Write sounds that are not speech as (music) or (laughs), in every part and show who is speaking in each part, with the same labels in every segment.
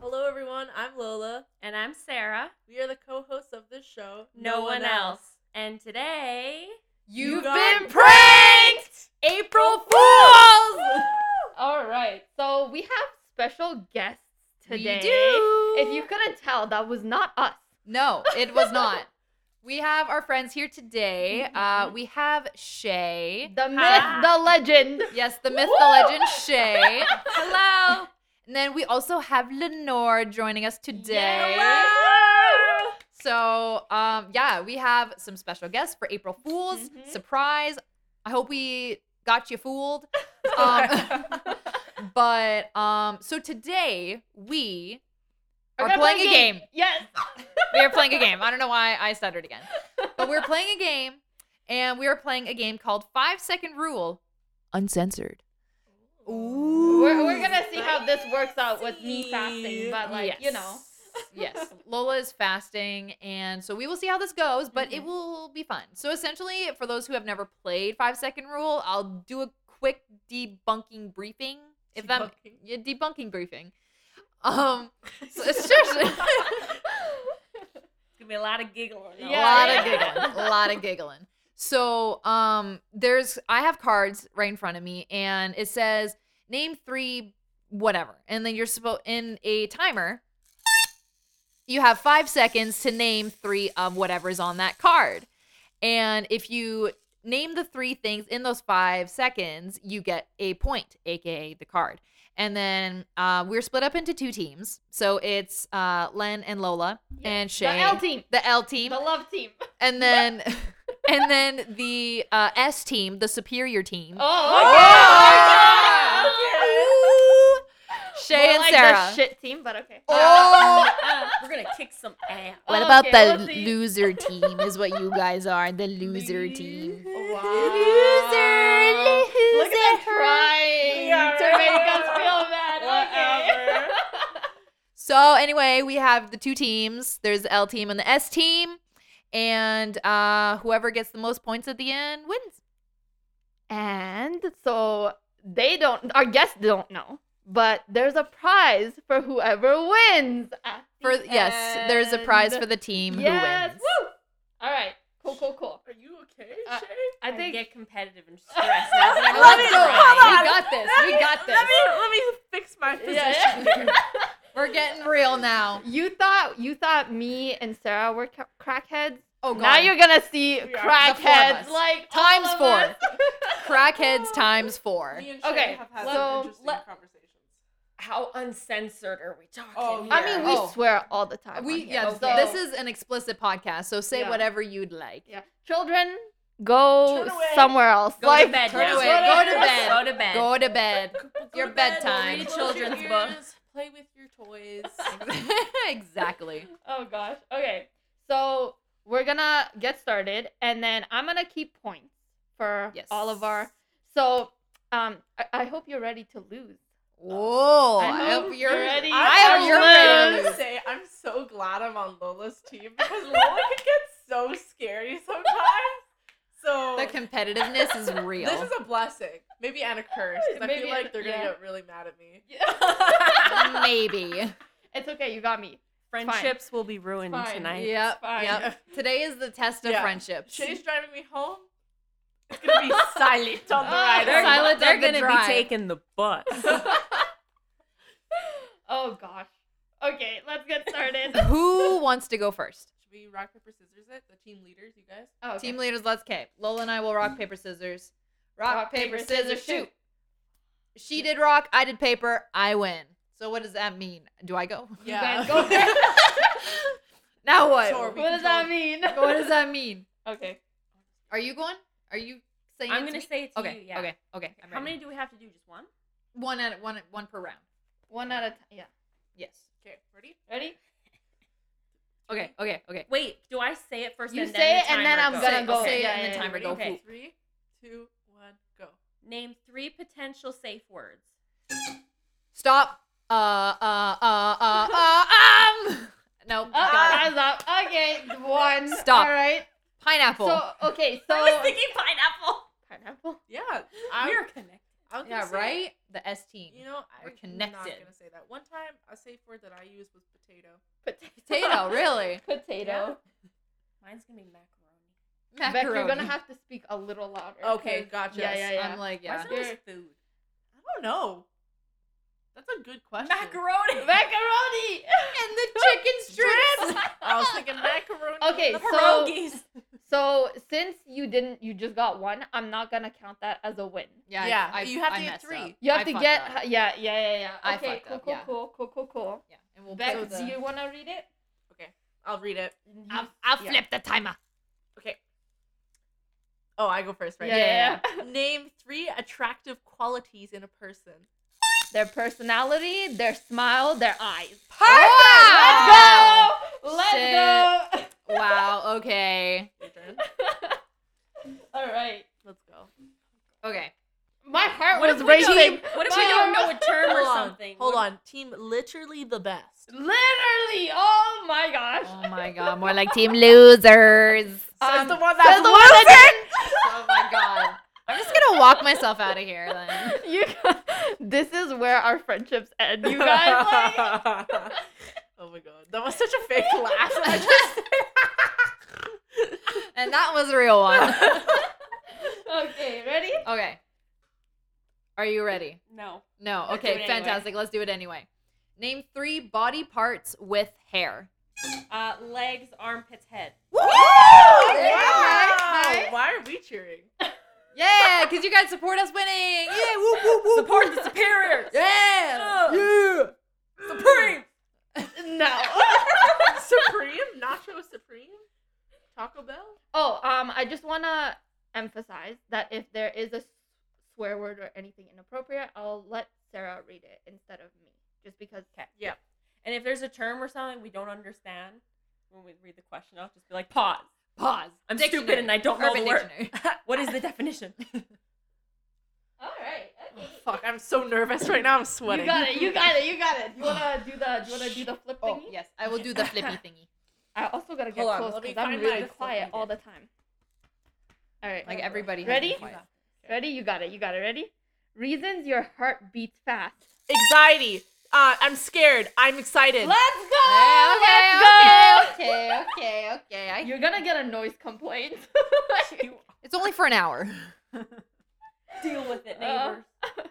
Speaker 1: Hello, everyone. I'm Lola.
Speaker 2: And I'm Sarah.
Speaker 1: We are the co hosts of this show,
Speaker 2: No, one else. And today,
Speaker 1: You
Speaker 2: you've
Speaker 1: got
Speaker 2: been pranked! April Fools!
Speaker 3: All right. So we have special guests today.
Speaker 2: We do.
Speaker 3: If you couldn't tell, that was not us.
Speaker 4: No, it was not. (laughs) we have our friends here today. Uh, we have Shay.
Speaker 3: (laughs) The myth,
Speaker 4: Ah.
Speaker 2: Hi.
Speaker 3: the legend.
Speaker 4: Yes, the myth,
Speaker 3: Woo!
Speaker 4: the legend, Shay.
Speaker 3: Hello.
Speaker 4: And then we also have Lenore joining us today. So, um, yeah, we have some special guests for April Fools.
Speaker 2: Mhm.
Speaker 4: Surprise. I hope we got you fooled.
Speaker 3: (laughs)
Speaker 4: Um, (laughs) but um, so today we are playing a game.
Speaker 3: Yes.
Speaker 4: we are playing a game. I don't know why I stuttered again. But we're playing a game, and we are playing a game called Five Second Rule Uncensored. Ooh.
Speaker 3: We're, we're gonna see how this works out with me fasting, but like you
Speaker 4: (laughs)
Speaker 3: know, (laughs)
Speaker 4: yes. Lola is fasting, and so we will see how this goes, but it
Speaker 2: Mhm.
Speaker 4: will be fun. So, essentially, for those who have never played Five Second Rule, I'll do a quick debunking briefing. If that
Speaker 1: Debunking?
Speaker 4: yeah, debunking briefing. Um, so it's just
Speaker 2: It's gonna be a lot of giggling.
Speaker 3: Yeah,
Speaker 4: a lot of
Speaker 3: yeah.
Speaker 4: giggling a lot of giggling so um there's i have cards right in front of me and it says name three whatever and then you're supposed in a timer you have five seconds to name three of whatever's on that card and if you name the three things in those five seconds you get a point aka the card and then uh, we're split up into two teams so it's uh, len and lola and shay
Speaker 3: the L team,
Speaker 4: the L team,
Speaker 3: the love team.
Speaker 4: and
Speaker 3: (laughs)
Speaker 4: then and then the uh, S team, the superior team.
Speaker 3: Oh,
Speaker 4: Shay
Speaker 3: More
Speaker 4: and
Speaker 3: like
Speaker 4: Sarah.
Speaker 3: the shit team, but okay.
Speaker 4: (laughs)
Speaker 3: (laughs)
Speaker 4: Oh,
Speaker 2: We're gonna kick some ass.
Speaker 4: what about
Speaker 3: Okay,
Speaker 4: the
Speaker 3: we'll see.
Speaker 4: loser team? Is what you guys
Speaker 3: (laughs)
Speaker 4: are, the loser team.
Speaker 3: Wow. Look at them trying
Speaker 2: Yeah,
Speaker 3: to
Speaker 2: right,
Speaker 3: make
Speaker 2: right,
Speaker 3: us feel bad. Okay.
Speaker 2: Whatever.
Speaker 4: So anyway, we have the two teams. There's the L team and the S team, and uh, whoever gets the most points at the end wins.
Speaker 3: And so they don't, our guests don't know, but there's a prize for whoever wins. at the
Speaker 4: For yes, there's a prize
Speaker 3: end.
Speaker 4: for the team
Speaker 3: yes.
Speaker 4: who wins.
Speaker 3: Woo! All right. Cool, cool, cool.
Speaker 1: Are you okay,
Speaker 3: Uh,
Speaker 1: Shay?
Speaker 3: I
Speaker 2: I
Speaker 3: think.
Speaker 2: get competitive and stressed. That's what (laughs) I
Speaker 1: Love
Speaker 2: like
Speaker 1: it.
Speaker 2: to
Speaker 1: Come
Speaker 2: write.
Speaker 1: on.
Speaker 4: We got this. We got this.
Speaker 1: Let me, let me fix my position.
Speaker 3: Yeah,
Speaker 4: (laughs) We're getting real now.
Speaker 3: You thought you thought me and Sarah were ca- crackheads.
Speaker 4: Oh
Speaker 3: now you're gonna see
Speaker 1: We are. The four
Speaker 4: of
Speaker 3: crackheads
Speaker 4: us.
Speaker 3: like all
Speaker 4: times
Speaker 3: of
Speaker 4: four.
Speaker 3: us.
Speaker 4: (laughs) Crackheads times four.
Speaker 1: Me and Shay
Speaker 3: Okay,
Speaker 1: have had
Speaker 3: so
Speaker 1: some interesting
Speaker 2: let-
Speaker 1: conversations.
Speaker 2: How uncensored are we talking?
Speaker 1: Oh,
Speaker 2: here?
Speaker 3: I mean, we
Speaker 4: Oh.
Speaker 3: swear all the time. on
Speaker 4: We
Speaker 3: here.
Speaker 4: yeah.
Speaker 3: So-
Speaker 4: This is an explicit podcast, so say
Speaker 3: Yeah.
Speaker 4: whatever you'd like.
Speaker 3: yeah. Children, go
Speaker 1: Turn away.
Speaker 3: somewhere else.
Speaker 2: go
Speaker 3: like
Speaker 2: to bed.
Speaker 4: turn
Speaker 2: now.
Speaker 4: away. Go to
Speaker 2: Go
Speaker 4: bed.
Speaker 2: Go to bed.
Speaker 4: Go to bed. (laughs) Your
Speaker 1: Go to bed,
Speaker 4: bedtime.
Speaker 1: read
Speaker 2: Close your
Speaker 1: children's
Speaker 2: ears,
Speaker 1: books. Play with your toys.
Speaker 4: exactly.
Speaker 3: Oh gosh. Okay. So we're gonna get started, and then I'm gonna keep points for
Speaker 4: Yes.
Speaker 3: all of our. So um, I, I hope you're ready to lose.
Speaker 4: Whoa!
Speaker 3: I
Speaker 4: I
Speaker 3: hope
Speaker 4: hope you're
Speaker 3: you're ready.
Speaker 4: I hope
Speaker 3: I'm
Speaker 4: you're
Speaker 1: I'm
Speaker 4: ready.
Speaker 3: loose.
Speaker 1: gonna say I'm so glad I'm on Lola's team (laughs) because Lola can get so scary sometimes. So
Speaker 4: The competitiveness is real.
Speaker 1: this is a blessing, maybe and a curse. 'cause I
Speaker 3: Maybe
Speaker 1: feel
Speaker 3: an-
Speaker 1: like they're gonna
Speaker 3: yeah.
Speaker 1: get really mad at me.
Speaker 4: Maybe.
Speaker 3: It's okay. You got me.
Speaker 2: Friendships will be ruined
Speaker 3: Fine.
Speaker 2: tonight.
Speaker 4: Yep.
Speaker 3: fine.
Speaker 4: Yep. Today is the test of
Speaker 1: Yeah.
Speaker 3: (laughs)
Speaker 4: friendships.
Speaker 1: Shay's driving me home. It's gonna
Speaker 4: (laughs)
Speaker 1: be (laughs) silent on the
Speaker 3: Oh,
Speaker 1: ride.
Speaker 4: they're
Speaker 1: home.
Speaker 4: silent
Speaker 2: Ah, They're
Speaker 4: on the
Speaker 2: gonna
Speaker 4: drive.
Speaker 2: be taking the (laughs) bus.
Speaker 3: Oh gosh. Okay, let's get
Speaker 4: (laughs)
Speaker 3: started.
Speaker 4: Who wants to go first?
Speaker 1: (laughs) Should we rock paper scissors it? The team leaders, you guys.
Speaker 3: Oh, okay.
Speaker 4: Team leaders, let's K. Lola and I will rock paper scissors. Rock, paper, scissors shoot. She did rock. I did paper. I win. So what does that mean? Do I go?
Speaker 1: (laughs)
Speaker 3: You guys go first.
Speaker 4: (laughs) Now what?
Speaker 1: Sure,
Speaker 3: what does that mean?
Speaker 4: what does that mean?
Speaker 3: Okay.
Speaker 4: Are you going? Are you saying?
Speaker 2: I'm
Speaker 4: it to
Speaker 2: gonna
Speaker 4: me?
Speaker 2: say it to
Speaker 4: okay.
Speaker 2: you. Yeah.
Speaker 4: Okay. Okay. I'm
Speaker 2: How
Speaker 4: ready.
Speaker 2: many do we have to do? Just one?
Speaker 4: One at one. One per round.
Speaker 3: One at a time. Yeah.
Speaker 4: Yes.
Speaker 1: Okay, ready?
Speaker 4: Okay, okay.
Speaker 2: Wait, do I say it first?
Speaker 3: You
Speaker 2: and
Speaker 3: say
Speaker 2: then
Speaker 3: it
Speaker 2: the
Speaker 3: and then
Speaker 2: timer
Speaker 3: I'm
Speaker 2: goes?
Speaker 3: gonna go.
Speaker 4: Say it
Speaker 3: Yeah,
Speaker 4: and
Speaker 3: yeah,
Speaker 4: the
Speaker 3: yeah.
Speaker 4: timer go.
Speaker 2: Okay.
Speaker 1: Three, two, one, go.
Speaker 2: Name three potential safe words.
Speaker 4: Stop. Uh, uh, uh, uh, uh, um. Nope.
Speaker 3: Oh,
Speaker 4: got
Speaker 3: that
Speaker 4: it.
Speaker 3: was up. Okay, one.
Speaker 4: Stop.
Speaker 3: All right.
Speaker 4: Pineapple.
Speaker 3: So okay,
Speaker 2: I was
Speaker 3: so
Speaker 2: thinking pineapple.
Speaker 3: pineapple. (laughs)
Speaker 1: Yeah, I,
Speaker 2: We're connected.
Speaker 1: I was gonna
Speaker 4: yeah,
Speaker 1: say,
Speaker 4: right? The S team. (laughs)
Speaker 1: You know, I
Speaker 4: We're
Speaker 1: was not
Speaker 4: connected.
Speaker 1: gonna say that. One time, a safe word that I used was potato.
Speaker 4: Potato, really?
Speaker 3: (laughs) Potato.
Speaker 2: Mine's gonna be macaroni.
Speaker 3: Beck,
Speaker 4: Macaroni.
Speaker 3: you're gonna have to speak a little louder.
Speaker 1: Okay,
Speaker 3: 'cause-
Speaker 1: gotcha.
Speaker 3: Yeah, yeah, yeah.
Speaker 4: I'm like,
Speaker 2: Why
Speaker 4: yeah.
Speaker 2: is it always food?
Speaker 1: I don't know. That's a good question.
Speaker 2: Macaroni.
Speaker 3: Macaroni. (laughs)
Speaker 4: And the chicken strips.
Speaker 1: I was (laughs) thinking macaroni.
Speaker 3: Okay,
Speaker 2: the
Speaker 3: so
Speaker 2: (laughs) pierogies.
Speaker 3: so since you didn't, you just got one. I'm not gonna count that as a win.
Speaker 4: yeah, I-
Speaker 1: Yeah,
Speaker 4: I,
Speaker 1: you have
Speaker 4: I
Speaker 1: to get
Speaker 4: messed
Speaker 1: three.
Speaker 4: up.
Speaker 3: You have
Speaker 4: I
Speaker 3: to
Speaker 4: fucked
Speaker 3: get.
Speaker 4: up.
Speaker 3: Yeah, yeah, yeah, yeah.
Speaker 4: I
Speaker 3: Okay,
Speaker 4: fucked
Speaker 3: cool,
Speaker 4: up,
Speaker 3: cool,
Speaker 4: yeah.
Speaker 3: cool, cool, cool, cool.
Speaker 4: Yeah, and we'll
Speaker 3: Beck,
Speaker 4: put
Speaker 3: do
Speaker 4: the-
Speaker 3: you wanna read it?
Speaker 1: I'll read it.
Speaker 3: You-
Speaker 4: I'll, I'll
Speaker 3: yeah.
Speaker 4: flip the timer.
Speaker 1: Okay. Oh, I go first, right?
Speaker 3: Yeah, yeah,
Speaker 1: Name three attractive qualities in a person.
Speaker 3: Their personality, their smile, their eyes.
Speaker 4: Wow.
Speaker 3: Let's go. Let's
Speaker 4: Wow. Okay.
Speaker 1: Your turn.
Speaker 3: go. All right.
Speaker 1: (laughs) Let's go.
Speaker 4: Okay.
Speaker 3: My heart
Speaker 2: What if
Speaker 3: was
Speaker 2: we don't-
Speaker 3: racing.
Speaker 2: What if we don't know a term or
Speaker 1: Hold on.
Speaker 2: something?
Speaker 1: Hold
Speaker 2: What-
Speaker 1: on. Team literally the best.
Speaker 3: Literally. Oh my gosh.
Speaker 4: Oh my god. More like team
Speaker 2: (laughs)
Speaker 4: losers.
Speaker 1: Says the
Speaker 4: Um,
Speaker 1: one
Speaker 3: Says
Speaker 1: that's
Speaker 3: the one that
Speaker 4: (laughs) oh my god. I'm just gonna walk myself out of here then.
Speaker 3: didn't- You guys, (laughs) this is where our friendships end. (laughs) You guys like
Speaker 2: (laughs)
Speaker 1: oh my god, that was such a (laughs) fake laugh. I just-
Speaker 4: and that was a real
Speaker 2: (laughs)
Speaker 4: one.
Speaker 3: Okay, ready?
Speaker 4: Okay. Are you ready?
Speaker 2: No.
Speaker 4: No.
Speaker 2: Let's do it
Speaker 4: Okay.
Speaker 2: anyway.
Speaker 4: Fantastic. Let's do it anyway. Name three body parts with hair.
Speaker 2: Uh, legs, armpits, head. Oh,
Speaker 4: There you go.
Speaker 1: Wow. Why are we (laughs) cheering?
Speaker 4: Yeah, because you guys support us winning. Yeah. Woo, Oh. woo, woo,
Speaker 2: Support
Speaker 4: woo.
Speaker 2: the superiors.
Speaker 4: Yeah.
Speaker 2: Ugh.
Speaker 4: (laughs) Yeah.
Speaker 2: Supreme.
Speaker 3: No.
Speaker 1: Supreme Nacho Supreme Taco Bell.
Speaker 3: Oh, um, I just wanna emphasize that if there is a s- swear word or anything inappropriate, I'll let Sarah read it instead of me, just because.
Speaker 1: Yeah.
Speaker 2: And if there's a term or something we don't understand when we read the question, I'll just be like, pause.
Speaker 4: Pause.
Speaker 2: I'm stupid and I don't know
Speaker 4: Urban
Speaker 2: the word.
Speaker 4: Dictionary.
Speaker 2: (laughs) What is
Speaker 4: (laughs)
Speaker 2: the definition?
Speaker 3: All right.
Speaker 1: Oh, fuck, I'm so nervous right now. I'm sweating.
Speaker 3: You got it. You got it. You got it. You wanna do the? You wanna do the flip
Speaker 4: Oh,
Speaker 3: thingy?
Speaker 4: yes. I will do the flippy thingy.
Speaker 3: I also gotta get
Speaker 1: Hold on,
Speaker 3: close
Speaker 1: let me
Speaker 3: because I'm
Speaker 1: find
Speaker 3: really
Speaker 1: my-
Speaker 3: quiet all the time. All right.
Speaker 4: Like everybody. has
Speaker 3: Ready?
Speaker 4: been quiet.
Speaker 3: Ready? You got it. You got it. Ready? Reasons your heart beats fast.
Speaker 1: Anxiety. Uh, I'm scared. I'm excited.
Speaker 3: Let's go!
Speaker 4: Yeah,
Speaker 3: Oh, Let's
Speaker 4: okay, okay, okay, (laughs) okay.
Speaker 3: go!
Speaker 4: I,
Speaker 3: You're gonna get a noise complaint. (laughs)
Speaker 4: it's only for an hour.
Speaker 2: (laughs) Deal with it,
Speaker 3: Uh,
Speaker 4: (laughs)
Speaker 2: neighbors. Oh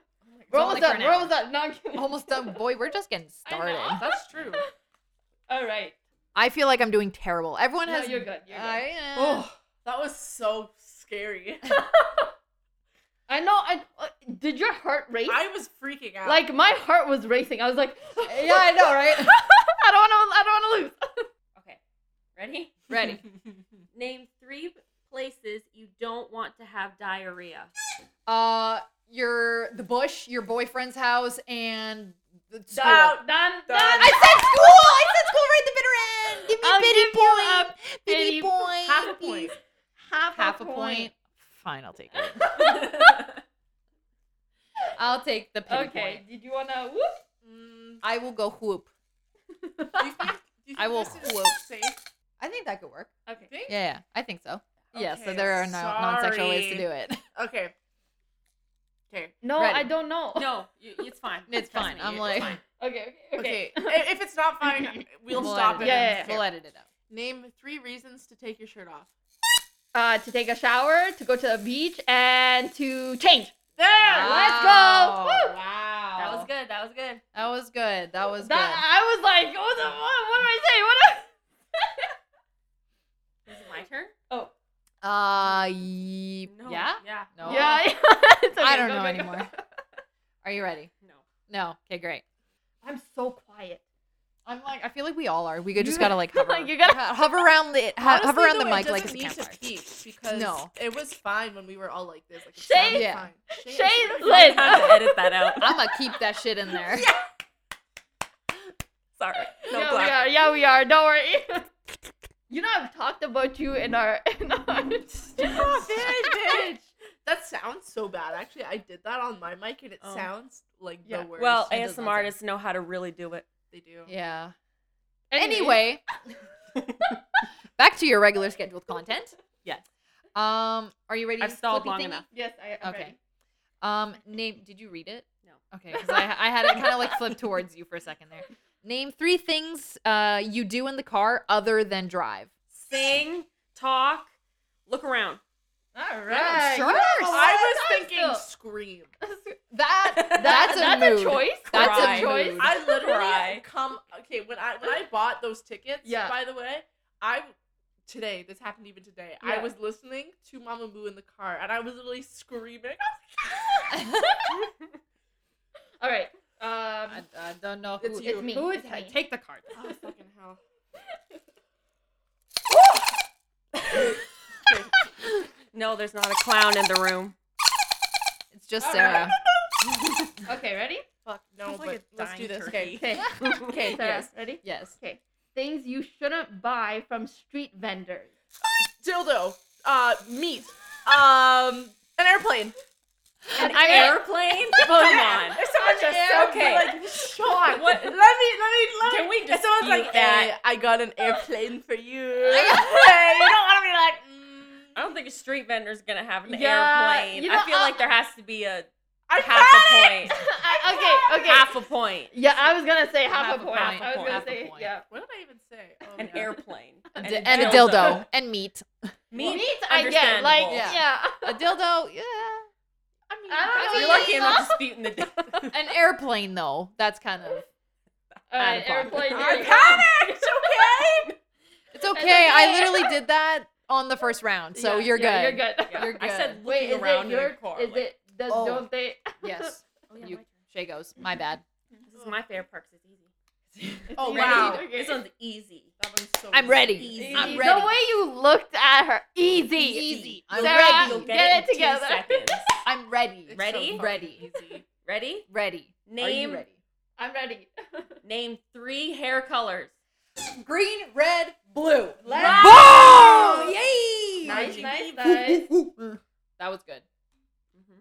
Speaker 3: we're almost
Speaker 4: only for
Speaker 3: done.
Speaker 4: an
Speaker 3: We're
Speaker 4: hour.
Speaker 3: almost done. No, I'm kidding.
Speaker 4: (laughs) Almost done. Boy, we're just getting
Speaker 3: I know.
Speaker 4: started. I,
Speaker 1: That's true.
Speaker 3: All right.
Speaker 4: feel like I'm doing terrible. Everyone
Speaker 3: No,
Speaker 4: has.
Speaker 3: you're good. You're good.
Speaker 4: I, uh,
Speaker 1: Oh, that was so scary.
Speaker 3: I know. I uh, did your heart race?
Speaker 1: I was freaking out. (laughs)
Speaker 3: like my heart was racing. I was like,
Speaker 4: Yeah, I know, (laughs) right?
Speaker 3: (laughs) I don't want to. I don't want to lose.
Speaker 2: Okay. Ready?
Speaker 4: Ready.
Speaker 2: Name three places you don't want to have diarrhea.
Speaker 4: Uh, your the bush, your boyfriend's house, and the school.
Speaker 1: Out.
Speaker 3: Done.
Speaker 1: Done.
Speaker 4: I said school. I said school right at the bitter end. Give me
Speaker 3: I'll
Speaker 4: a pity
Speaker 3: give you a pity-
Speaker 4: point. pity point.
Speaker 1: half a point.
Speaker 3: Half,
Speaker 4: Half a point. Fine, I'll take it. (laughs)
Speaker 2: (laughs)
Speaker 4: I'll take the pity
Speaker 3: Okay.
Speaker 4: point.
Speaker 3: Did you wanna? Whoop?
Speaker 1: Mm,
Speaker 4: I will go whoop.
Speaker 1: do you think, do you
Speaker 4: I
Speaker 1: think
Speaker 4: will
Speaker 1: this is
Speaker 4: whoop.
Speaker 1: safe?
Speaker 4: I think that could work.
Speaker 1: You think?
Speaker 4: Yeah, yeah I think so. Yeah, so
Speaker 1: Okay,
Speaker 4: there are no non-sexual ways to
Speaker 1: sorry.
Speaker 4: do it.
Speaker 1: Okay. Okay.
Speaker 3: No,
Speaker 4: Ready.
Speaker 3: I don't know.
Speaker 2: No, you, it's fine.
Speaker 4: It's
Speaker 2: Trust
Speaker 4: fine.
Speaker 2: me,
Speaker 4: I'm
Speaker 2: it's
Speaker 4: like-
Speaker 2: fine.
Speaker 3: (laughs) Okay. Okay. Okay.
Speaker 1: Okay. I- if it's not fine, we'll
Speaker 4: (laughs) We'll
Speaker 1: stop it.
Speaker 4: edit
Speaker 3: Yeah,
Speaker 1: and
Speaker 3: yeah, yeah.
Speaker 1: skip.
Speaker 4: We'll edit it out.
Speaker 1: Name three reasons to take your shirt off.
Speaker 3: Uh, to take a shower, to go to the beach, and to change.
Speaker 1: There.
Speaker 3: let's go.
Speaker 4: Wow.
Speaker 3: Woo.
Speaker 4: Wow.
Speaker 2: that was good. That was good.
Speaker 4: That was good. That was good.
Speaker 3: That, I was like, what, the, what, what do I say? What? Do I...
Speaker 2: This is my turn?
Speaker 4: Uh, ye-
Speaker 2: No.
Speaker 4: yeah.
Speaker 2: Yeah.
Speaker 4: No.
Speaker 3: Yeah. (laughs) It's
Speaker 4: I
Speaker 3: okay,
Speaker 4: don't
Speaker 3: go,
Speaker 4: know
Speaker 3: go, go.
Speaker 4: anymore. Are you ready?
Speaker 2: No.
Speaker 4: No. Okay, great.
Speaker 3: I'm so quiet.
Speaker 4: I'm like, I feel like we all are. We could just
Speaker 3: You- (laughs)
Speaker 4: gotta like hover,
Speaker 3: like, you gotta-
Speaker 4: ho- hover around the ho-
Speaker 1: Honestly,
Speaker 4: hover around
Speaker 1: though,
Speaker 4: the
Speaker 1: it
Speaker 4: mic like
Speaker 1: doesn't
Speaker 4: it's a
Speaker 1: need to (laughs)
Speaker 4: campfire.
Speaker 1: peep because
Speaker 4: No.
Speaker 1: it was fine when we were all like this. Like, it
Speaker 3: Shade.
Speaker 1: sounded
Speaker 4: Yeah.
Speaker 1: fine. Shade.
Speaker 3: Shade,
Speaker 1: Shade.
Speaker 3: Liz.
Speaker 2: I have to edit that out. (laughs)
Speaker 4: I'm gonna keep that shit in there.
Speaker 2: Sorry. No
Speaker 3: yeah,
Speaker 2: black.
Speaker 3: we are. Yeah, we are. Don't worry. (laughs) You know, I've talked about you in our (laughs) in our.
Speaker 1: Stop it, bitch. That sounds so bad. Actually, I did that on my mic, and it
Speaker 2: Oh.
Speaker 1: sounds like
Speaker 3: Yeah.
Speaker 1: the worst.
Speaker 2: Well,
Speaker 4: She does that
Speaker 2: ASM artists know how to really do it.
Speaker 1: they do.
Speaker 4: Yeah.
Speaker 3: Anyways,
Speaker 4: Anyway, (laughs) back to your regular scheduled content.
Speaker 2: Yes.
Speaker 4: Um, are you ready?
Speaker 2: I've
Speaker 4: to
Speaker 2: stalled
Speaker 4: flippy
Speaker 2: long
Speaker 4: thingy?
Speaker 2: enough.
Speaker 3: Yes, I. I'm
Speaker 4: Okay.
Speaker 3: ready.
Speaker 4: Um, name. Did you read it?
Speaker 2: No.
Speaker 4: Okay, because I, I had it kind of like flip towards you for a second there. Name three things uh you do in the car other than drive.
Speaker 2: Sing, talk, look around.
Speaker 3: All
Speaker 4: Yeah,
Speaker 3: right.
Speaker 4: sure.
Speaker 1: I was
Speaker 3: Sometimes
Speaker 1: thinking
Speaker 3: though. (laughs)
Speaker 1: scream.
Speaker 4: That
Speaker 3: That's, a,
Speaker 4: That's a
Speaker 3: that's a
Speaker 4: mood.
Speaker 3: choice.
Speaker 4: That's
Speaker 2: a
Speaker 3: a choice.
Speaker 4: mood.
Speaker 1: I literally
Speaker 2: Cry.
Speaker 1: come. Okay, when I when I bought those tickets,
Speaker 3: Yeah.
Speaker 1: by the way, I today this happened even today. I
Speaker 3: Yeah.
Speaker 1: was listening to Mama Moo in the car, and I was literally screaming.
Speaker 4: (laughs)
Speaker 3: All right. Um,
Speaker 4: I don't know
Speaker 1: It's you.
Speaker 3: it's me.
Speaker 4: who
Speaker 3: it's
Speaker 4: is-
Speaker 3: me.
Speaker 4: take the card.
Speaker 1: (laughs) Oh fucking hell!
Speaker 2: No, there's not a clown in the room.
Speaker 4: It's just
Speaker 3: All
Speaker 4: Sarah.
Speaker 3: Okay, ready?
Speaker 1: Fuck no!
Speaker 2: Sounds like
Speaker 1: But
Speaker 2: a
Speaker 1: let's do
Speaker 2: dying
Speaker 1: this.
Speaker 2: turkey.
Speaker 1: Okay.
Speaker 3: (laughs)
Speaker 4: (laughs)
Speaker 3: Okay. (laughs) Okay, Sarah,
Speaker 4: Yes.
Speaker 3: ready?
Speaker 4: Yes.
Speaker 3: Okay. Things you shouldn't buy from street vendors.
Speaker 1: dildo, uh, meat, um, an airplane.
Speaker 3: And
Speaker 2: An
Speaker 3: I-
Speaker 2: airplane? (laughs) Come on.
Speaker 1: If someone just said,
Speaker 2: okay.
Speaker 1: like, Sean,
Speaker 2: What-
Speaker 1: let me, let me, let me.
Speaker 2: Can we
Speaker 1: If
Speaker 2: just
Speaker 1: someone's like,
Speaker 2: that?
Speaker 1: "Hey, I got an airplane for you. (laughs)
Speaker 3: (laughs)
Speaker 4: I-
Speaker 1: you don't want to be like, mm,
Speaker 2: I don't think a street vendor's gonna have an
Speaker 3: Yeah,
Speaker 2: airplane.
Speaker 3: you
Speaker 2: I
Speaker 3: know,
Speaker 2: feel
Speaker 3: I-
Speaker 2: like there has to be a
Speaker 1: I (laughs)
Speaker 2: half a
Speaker 1: got it.
Speaker 3: mm.
Speaker 2: point.
Speaker 3: I- (laughs) okay, okay.
Speaker 2: Half a point.
Speaker 3: (laughs) yeah, I was gonna say half,
Speaker 4: Half
Speaker 3: a
Speaker 4: a
Speaker 3: point.
Speaker 4: point,
Speaker 3: I was gonna
Speaker 4: half a
Speaker 3: say
Speaker 4: point.
Speaker 3: yeah.
Speaker 1: What did I even say? Oh,
Speaker 2: An
Speaker 1: yeah.
Speaker 2: airplane.
Speaker 4: And, and a dildo and meat.
Speaker 2: Me,
Speaker 3: Meat, I get like yeah.
Speaker 4: Yeah. A dildo, yeah. I mean,
Speaker 3: (laughs) I don't know.
Speaker 2: You're
Speaker 3: mean,
Speaker 2: lucky I'm not disputing the dildo.
Speaker 4: An airplane though. That's kind of
Speaker 3: (laughs) All right,
Speaker 4: Out of
Speaker 2: (laughs)
Speaker 4: pocket.
Speaker 3: airplane.
Speaker 1: I
Speaker 3: there you go.
Speaker 1: got it. It's okay.
Speaker 4: It's okay. I
Speaker 3: okay.
Speaker 4: (laughs) literally did that on the first round, so
Speaker 3: Yeah,
Speaker 4: you're good.
Speaker 3: yeah, You're good. (laughs)
Speaker 2: Yeah,
Speaker 4: You're
Speaker 2: I said
Speaker 4: good.
Speaker 3: Wait,
Speaker 2: looking
Speaker 3: is
Speaker 2: around
Speaker 3: it
Speaker 2: in a
Speaker 3: your?
Speaker 2: car.
Speaker 3: Is
Speaker 2: like,
Speaker 3: it? Does,
Speaker 1: Oh.
Speaker 3: Don't (laughs) they?
Speaker 4: Yes.
Speaker 2: oh, yeah,
Speaker 4: you-
Speaker 2: my turn.
Speaker 4: Shay goes. My bad.
Speaker 2: This is my favorite part 'cause it's easy.
Speaker 3: It's
Speaker 1: Oh,
Speaker 3: easy.
Speaker 1: wow.
Speaker 3: Okay.
Speaker 2: This one's easy.
Speaker 1: That one's so
Speaker 4: I'm ready.
Speaker 2: Easy.
Speaker 4: I'm
Speaker 3: Easy.
Speaker 4: ready.
Speaker 3: The way you looked at her, easy.
Speaker 4: Easy. I'm
Speaker 3: Sarah,
Speaker 4: ready.
Speaker 2: You'll
Speaker 3: get,
Speaker 2: it in
Speaker 3: it
Speaker 2: two
Speaker 3: together.
Speaker 2: seconds.
Speaker 4: I'm ready.
Speaker 1: It's so
Speaker 2: Ready?
Speaker 1: fucking
Speaker 4: Ready.
Speaker 1: easy.
Speaker 2: Ready?
Speaker 4: Ready. Are
Speaker 2: Name
Speaker 4: you ready?
Speaker 3: I'm ready.
Speaker 2: name three hair colors.
Speaker 4: Green, red, blue.
Speaker 3: Let's
Speaker 4: Boom!
Speaker 3: go. (laughs)
Speaker 4: Yay!
Speaker 3: nice,
Speaker 1: Magic.
Speaker 3: nice, nice.
Speaker 4: That was good.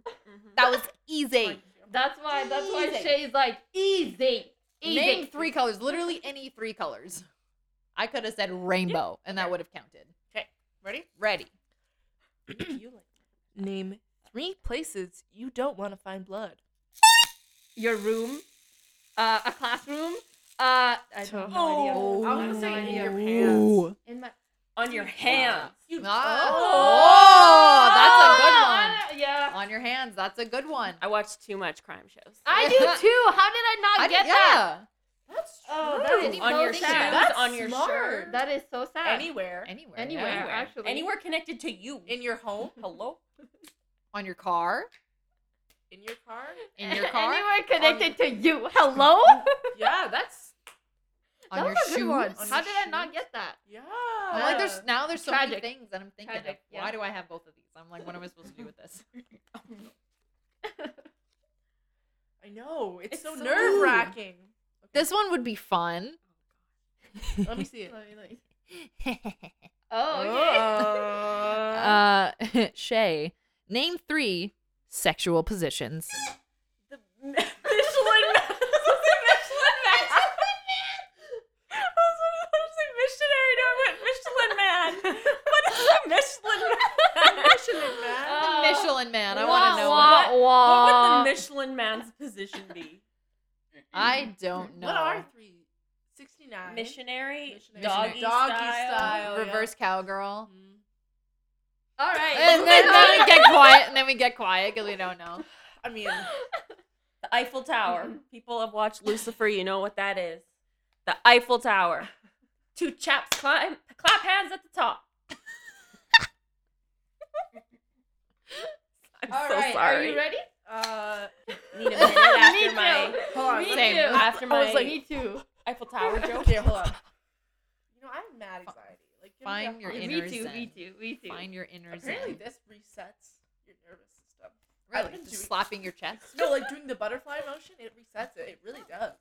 Speaker 2: Mm-hmm.
Speaker 4: That was easy.
Speaker 3: That's why. That's why
Speaker 4: Easy.
Speaker 3: Shay's like easy, easy.
Speaker 4: Name three colors. Literally any three colors. I could have said rainbow, and that would have counted.
Speaker 1: Ready?
Speaker 4: Ready.
Speaker 2: you like
Speaker 1: Name three places you don't want to find blood.
Speaker 3: Your room, uh, a classroom. Uh, I have no idea.
Speaker 1: Oh,
Speaker 3: I
Speaker 1: I'm
Speaker 3: have
Speaker 1: gonna
Speaker 3: no
Speaker 1: say in
Speaker 3: idea.
Speaker 1: your pants.
Speaker 3: In my.
Speaker 2: on your hands.
Speaker 4: Ah.
Speaker 3: Oh,
Speaker 4: Oh, that's a good
Speaker 3: one. Yeah.
Speaker 4: one. On your hands. That's a good one.
Speaker 2: I watch too much crime shows.
Speaker 3: I
Speaker 4: (laughs)
Speaker 3: do too. How did I not
Speaker 4: I
Speaker 3: get
Speaker 4: did-
Speaker 3: that?
Speaker 4: yeah.
Speaker 1: That's
Speaker 3: Oh,
Speaker 1: true.
Speaker 3: that is
Speaker 2: on
Speaker 3: so
Speaker 2: your shoes,
Speaker 3: sad.
Speaker 1: That's
Speaker 2: on your
Speaker 1: smart.
Speaker 2: shirt,
Speaker 3: That is so sad.
Speaker 1: anywhere
Speaker 4: Anywhere.
Speaker 3: Anywhere,
Speaker 4: yeah.
Speaker 3: actually.
Speaker 2: anywhere connected to you.
Speaker 1: in your home,
Speaker 2: Hello.
Speaker 4: On your car.
Speaker 1: in your car.
Speaker 4: In
Speaker 3: (laughs)
Speaker 4: your car.
Speaker 3: Anywhere connected to you.
Speaker 4: (laughs)
Speaker 3: Hello?
Speaker 1: Yeah, that's
Speaker 4: on your
Speaker 3: that was a
Speaker 4: shoes.
Speaker 3: good one.
Speaker 1: On
Speaker 3: How
Speaker 1: your
Speaker 3: did I not
Speaker 1: shoes.
Speaker 3: get that?
Speaker 1: yeah.
Speaker 4: I'm like there's now there's so
Speaker 3: Tragic.
Speaker 4: many things that I'm thinking
Speaker 3: Tragic,
Speaker 4: of.
Speaker 3: yeah.
Speaker 4: Why do I have both of these? I'm like, what am I supposed to do
Speaker 3: (laughs)
Speaker 4: with this?
Speaker 1: I know it's,
Speaker 2: It's
Speaker 1: so,
Speaker 2: so-
Speaker 1: nerve wracking.
Speaker 4: This one would be fun.
Speaker 1: Let me
Speaker 4: (laughs)
Speaker 1: see it.
Speaker 3: Oh, okay. (laughs)
Speaker 1: Uh,
Speaker 4: uh, (laughs) Shay, name three sexual positions.
Speaker 2: The Michelin (laughs) Man. This was the Michelin Man. I was going to say missionary. No, I went Michelin Man. What is the Michelin
Speaker 1: (laughs)
Speaker 2: Man?
Speaker 1: Michelin man.
Speaker 3: Uh,
Speaker 4: Michelin man, I
Speaker 3: wah,
Speaker 4: want to know.
Speaker 3: Wah,
Speaker 4: what-
Speaker 2: What
Speaker 4: (laughs)
Speaker 3: wah.
Speaker 2: would the Michelin Man's position be?
Speaker 4: I don't know.
Speaker 1: What are three? Sixty nine.
Speaker 2: Missionary,
Speaker 1: Missionary.
Speaker 2: doggy,
Speaker 1: Doggy
Speaker 2: style.
Speaker 1: style. Oh, yeah.
Speaker 4: Reverse cowgirl.
Speaker 3: All right.
Speaker 4: And then,
Speaker 3: moving on.
Speaker 4: then
Speaker 3: (laughs)
Speaker 4: we get quiet. And then we get quiet because we don't know.
Speaker 1: I mean,
Speaker 4: (laughs)
Speaker 2: The Eiffel Tower. People have watched Lucifer. You know what that is. The Eiffel Tower. Two chaps climb, clap hands at the top. (laughs) I'm
Speaker 3: All
Speaker 2: so
Speaker 3: right, Are
Speaker 2: sorry.
Speaker 3: you
Speaker 4: (laughs)
Speaker 3: ready?
Speaker 1: uh,
Speaker 2: Need a (laughs) minute after
Speaker 3: (laughs) Me
Speaker 2: my
Speaker 3: too.
Speaker 1: hold on. let
Speaker 3: Me
Speaker 1: me-
Speaker 4: Same. (laughs)
Speaker 3: too.
Speaker 2: after
Speaker 3: I was
Speaker 2: my
Speaker 3: like, me too.
Speaker 2: Eiffel Tower (laughs) joke.
Speaker 1: Okay, hold
Speaker 3: (laughs)
Speaker 1: on. You know, I have mad anxiety. Like, give me
Speaker 4: Find
Speaker 1: a
Speaker 4: your
Speaker 1: hard-
Speaker 4: inner
Speaker 3: Me too. Me
Speaker 4: zen.
Speaker 3: too. Me too.
Speaker 4: Find your inner
Speaker 1: Apparently,
Speaker 4: zen.
Speaker 1: this resets your nervous system. I've
Speaker 4: Really,
Speaker 1: been
Speaker 4: just
Speaker 1: doing-
Speaker 4: slapping your chest.
Speaker 1: No, like doing the butterfly motion, it resets it. It really does.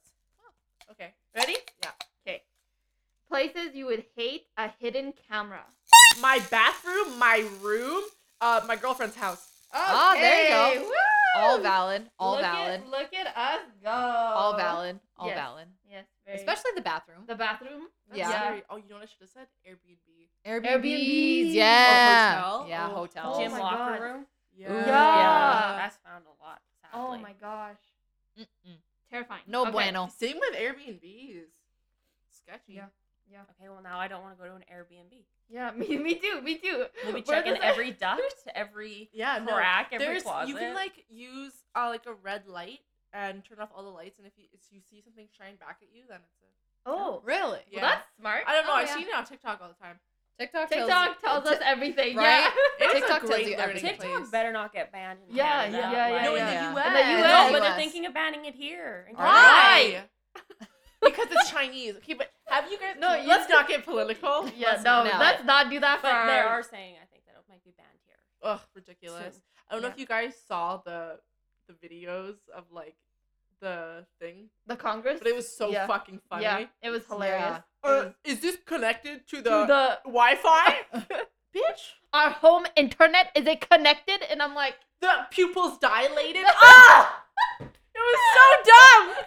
Speaker 1: Okay.
Speaker 3: Ready?
Speaker 1: Yeah.
Speaker 3: Okay. places you would hate a hidden camera.
Speaker 1: My bathroom, my room, uh, my girlfriend's house.
Speaker 4: Ah, there you go.
Speaker 3: Okay, woo!
Speaker 1: Oh,
Speaker 4: All valid. All
Speaker 3: Look
Speaker 4: valid.
Speaker 3: At, look at us go. All
Speaker 4: all valid. All
Speaker 3: yes.
Speaker 4: valid.
Speaker 3: Yes, very.
Speaker 4: Especially the bathroom.
Speaker 3: the bathroom.
Speaker 1: That's
Speaker 4: Yeah.
Speaker 1: scary. Oh, you know what I should have said? Airbnb.
Speaker 3: Airbnbs.
Speaker 4: Yeah.
Speaker 2: Or hotel.
Speaker 4: Yeah,
Speaker 1: Oh,
Speaker 4: hotel.
Speaker 3: Oh
Speaker 2: Gym
Speaker 3: my
Speaker 2: locker
Speaker 3: God.
Speaker 2: room.
Speaker 1: Yeah.
Speaker 4: Ooh,
Speaker 3: yeah.
Speaker 2: That's found a lot.
Speaker 3: Oh
Speaker 2: sadly.
Speaker 3: my gosh,
Speaker 4: Mm-mm.
Speaker 3: terrifying.
Speaker 4: No
Speaker 3: Okay.
Speaker 4: bueno.
Speaker 1: Same with Airbnbs. Sketchy.
Speaker 3: Yeah.
Speaker 2: Okay, well now I don't want to go to an Airbnb.
Speaker 3: Yeah, (laughs) me, me too, me too.
Speaker 2: We'll be
Speaker 3: We're
Speaker 2: checking
Speaker 3: the-
Speaker 2: (laughs) every duct, every
Speaker 1: Yeah. No.
Speaker 2: crack, every
Speaker 1: There's
Speaker 2: closet.
Speaker 1: you can like use uh, like a red light and turn off all the lights, and if you if you see something shine back at you, then it's a.
Speaker 3: Oh,
Speaker 4: Really?
Speaker 1: Yeah.
Speaker 3: well, that's smart.
Speaker 1: I don't know.
Speaker 4: Oh,
Speaker 1: I've
Speaker 4: yeah.
Speaker 1: seen it on TikTok all the
Speaker 4: (laughs)
Speaker 1: time.
Speaker 4: TikTok tells-
Speaker 3: TikTok tells us everything.
Speaker 4: right?
Speaker 1: It is
Speaker 4: TikTok
Speaker 1: a
Speaker 4: tells
Speaker 1: great
Speaker 4: you
Speaker 1: learning
Speaker 4: everything.
Speaker 2: TikTok
Speaker 1: place.
Speaker 2: better not get banned. In
Speaker 3: Yeah,
Speaker 2: Canada.
Speaker 3: yeah, yeah,
Speaker 2: like-
Speaker 1: No, in
Speaker 4: yeah.
Speaker 1: the
Speaker 4: In
Speaker 1: U.S.
Speaker 3: the
Speaker 2: No,
Speaker 3: US.
Speaker 2: but they're
Speaker 4: US.
Speaker 2: thinking of banning it here. in
Speaker 4: Why?
Speaker 2: Canada.
Speaker 1: Why? (laughs) because it's Chinese. Okay, but have you guys?
Speaker 3: No, you-
Speaker 1: let's not get political.
Speaker 3: (laughs)
Speaker 4: (laughs)
Speaker 3: Yeah, yeah
Speaker 1: Let's
Speaker 3: no,
Speaker 4: no.
Speaker 3: let's not do that for
Speaker 2: But
Speaker 3: our.
Speaker 2: they are saying I think that it might be banned here.
Speaker 1: Ugh, ridiculous.
Speaker 2: soon.
Speaker 1: I don't know
Speaker 3: Yeah.
Speaker 1: if you guys saw the the videos of like the thing,
Speaker 3: the Congress.
Speaker 1: but it was so
Speaker 3: Yeah.
Speaker 1: fucking funny.
Speaker 3: Yeah, it was hilarious.
Speaker 1: Uh, is this connected to the,
Speaker 3: the
Speaker 1: Wi-Fi? (laughs) Bitch,
Speaker 3: our home internet is it connected? And I'm like, (laughs)
Speaker 1: the pupils (laughs) dilated. ah, it was so dumb.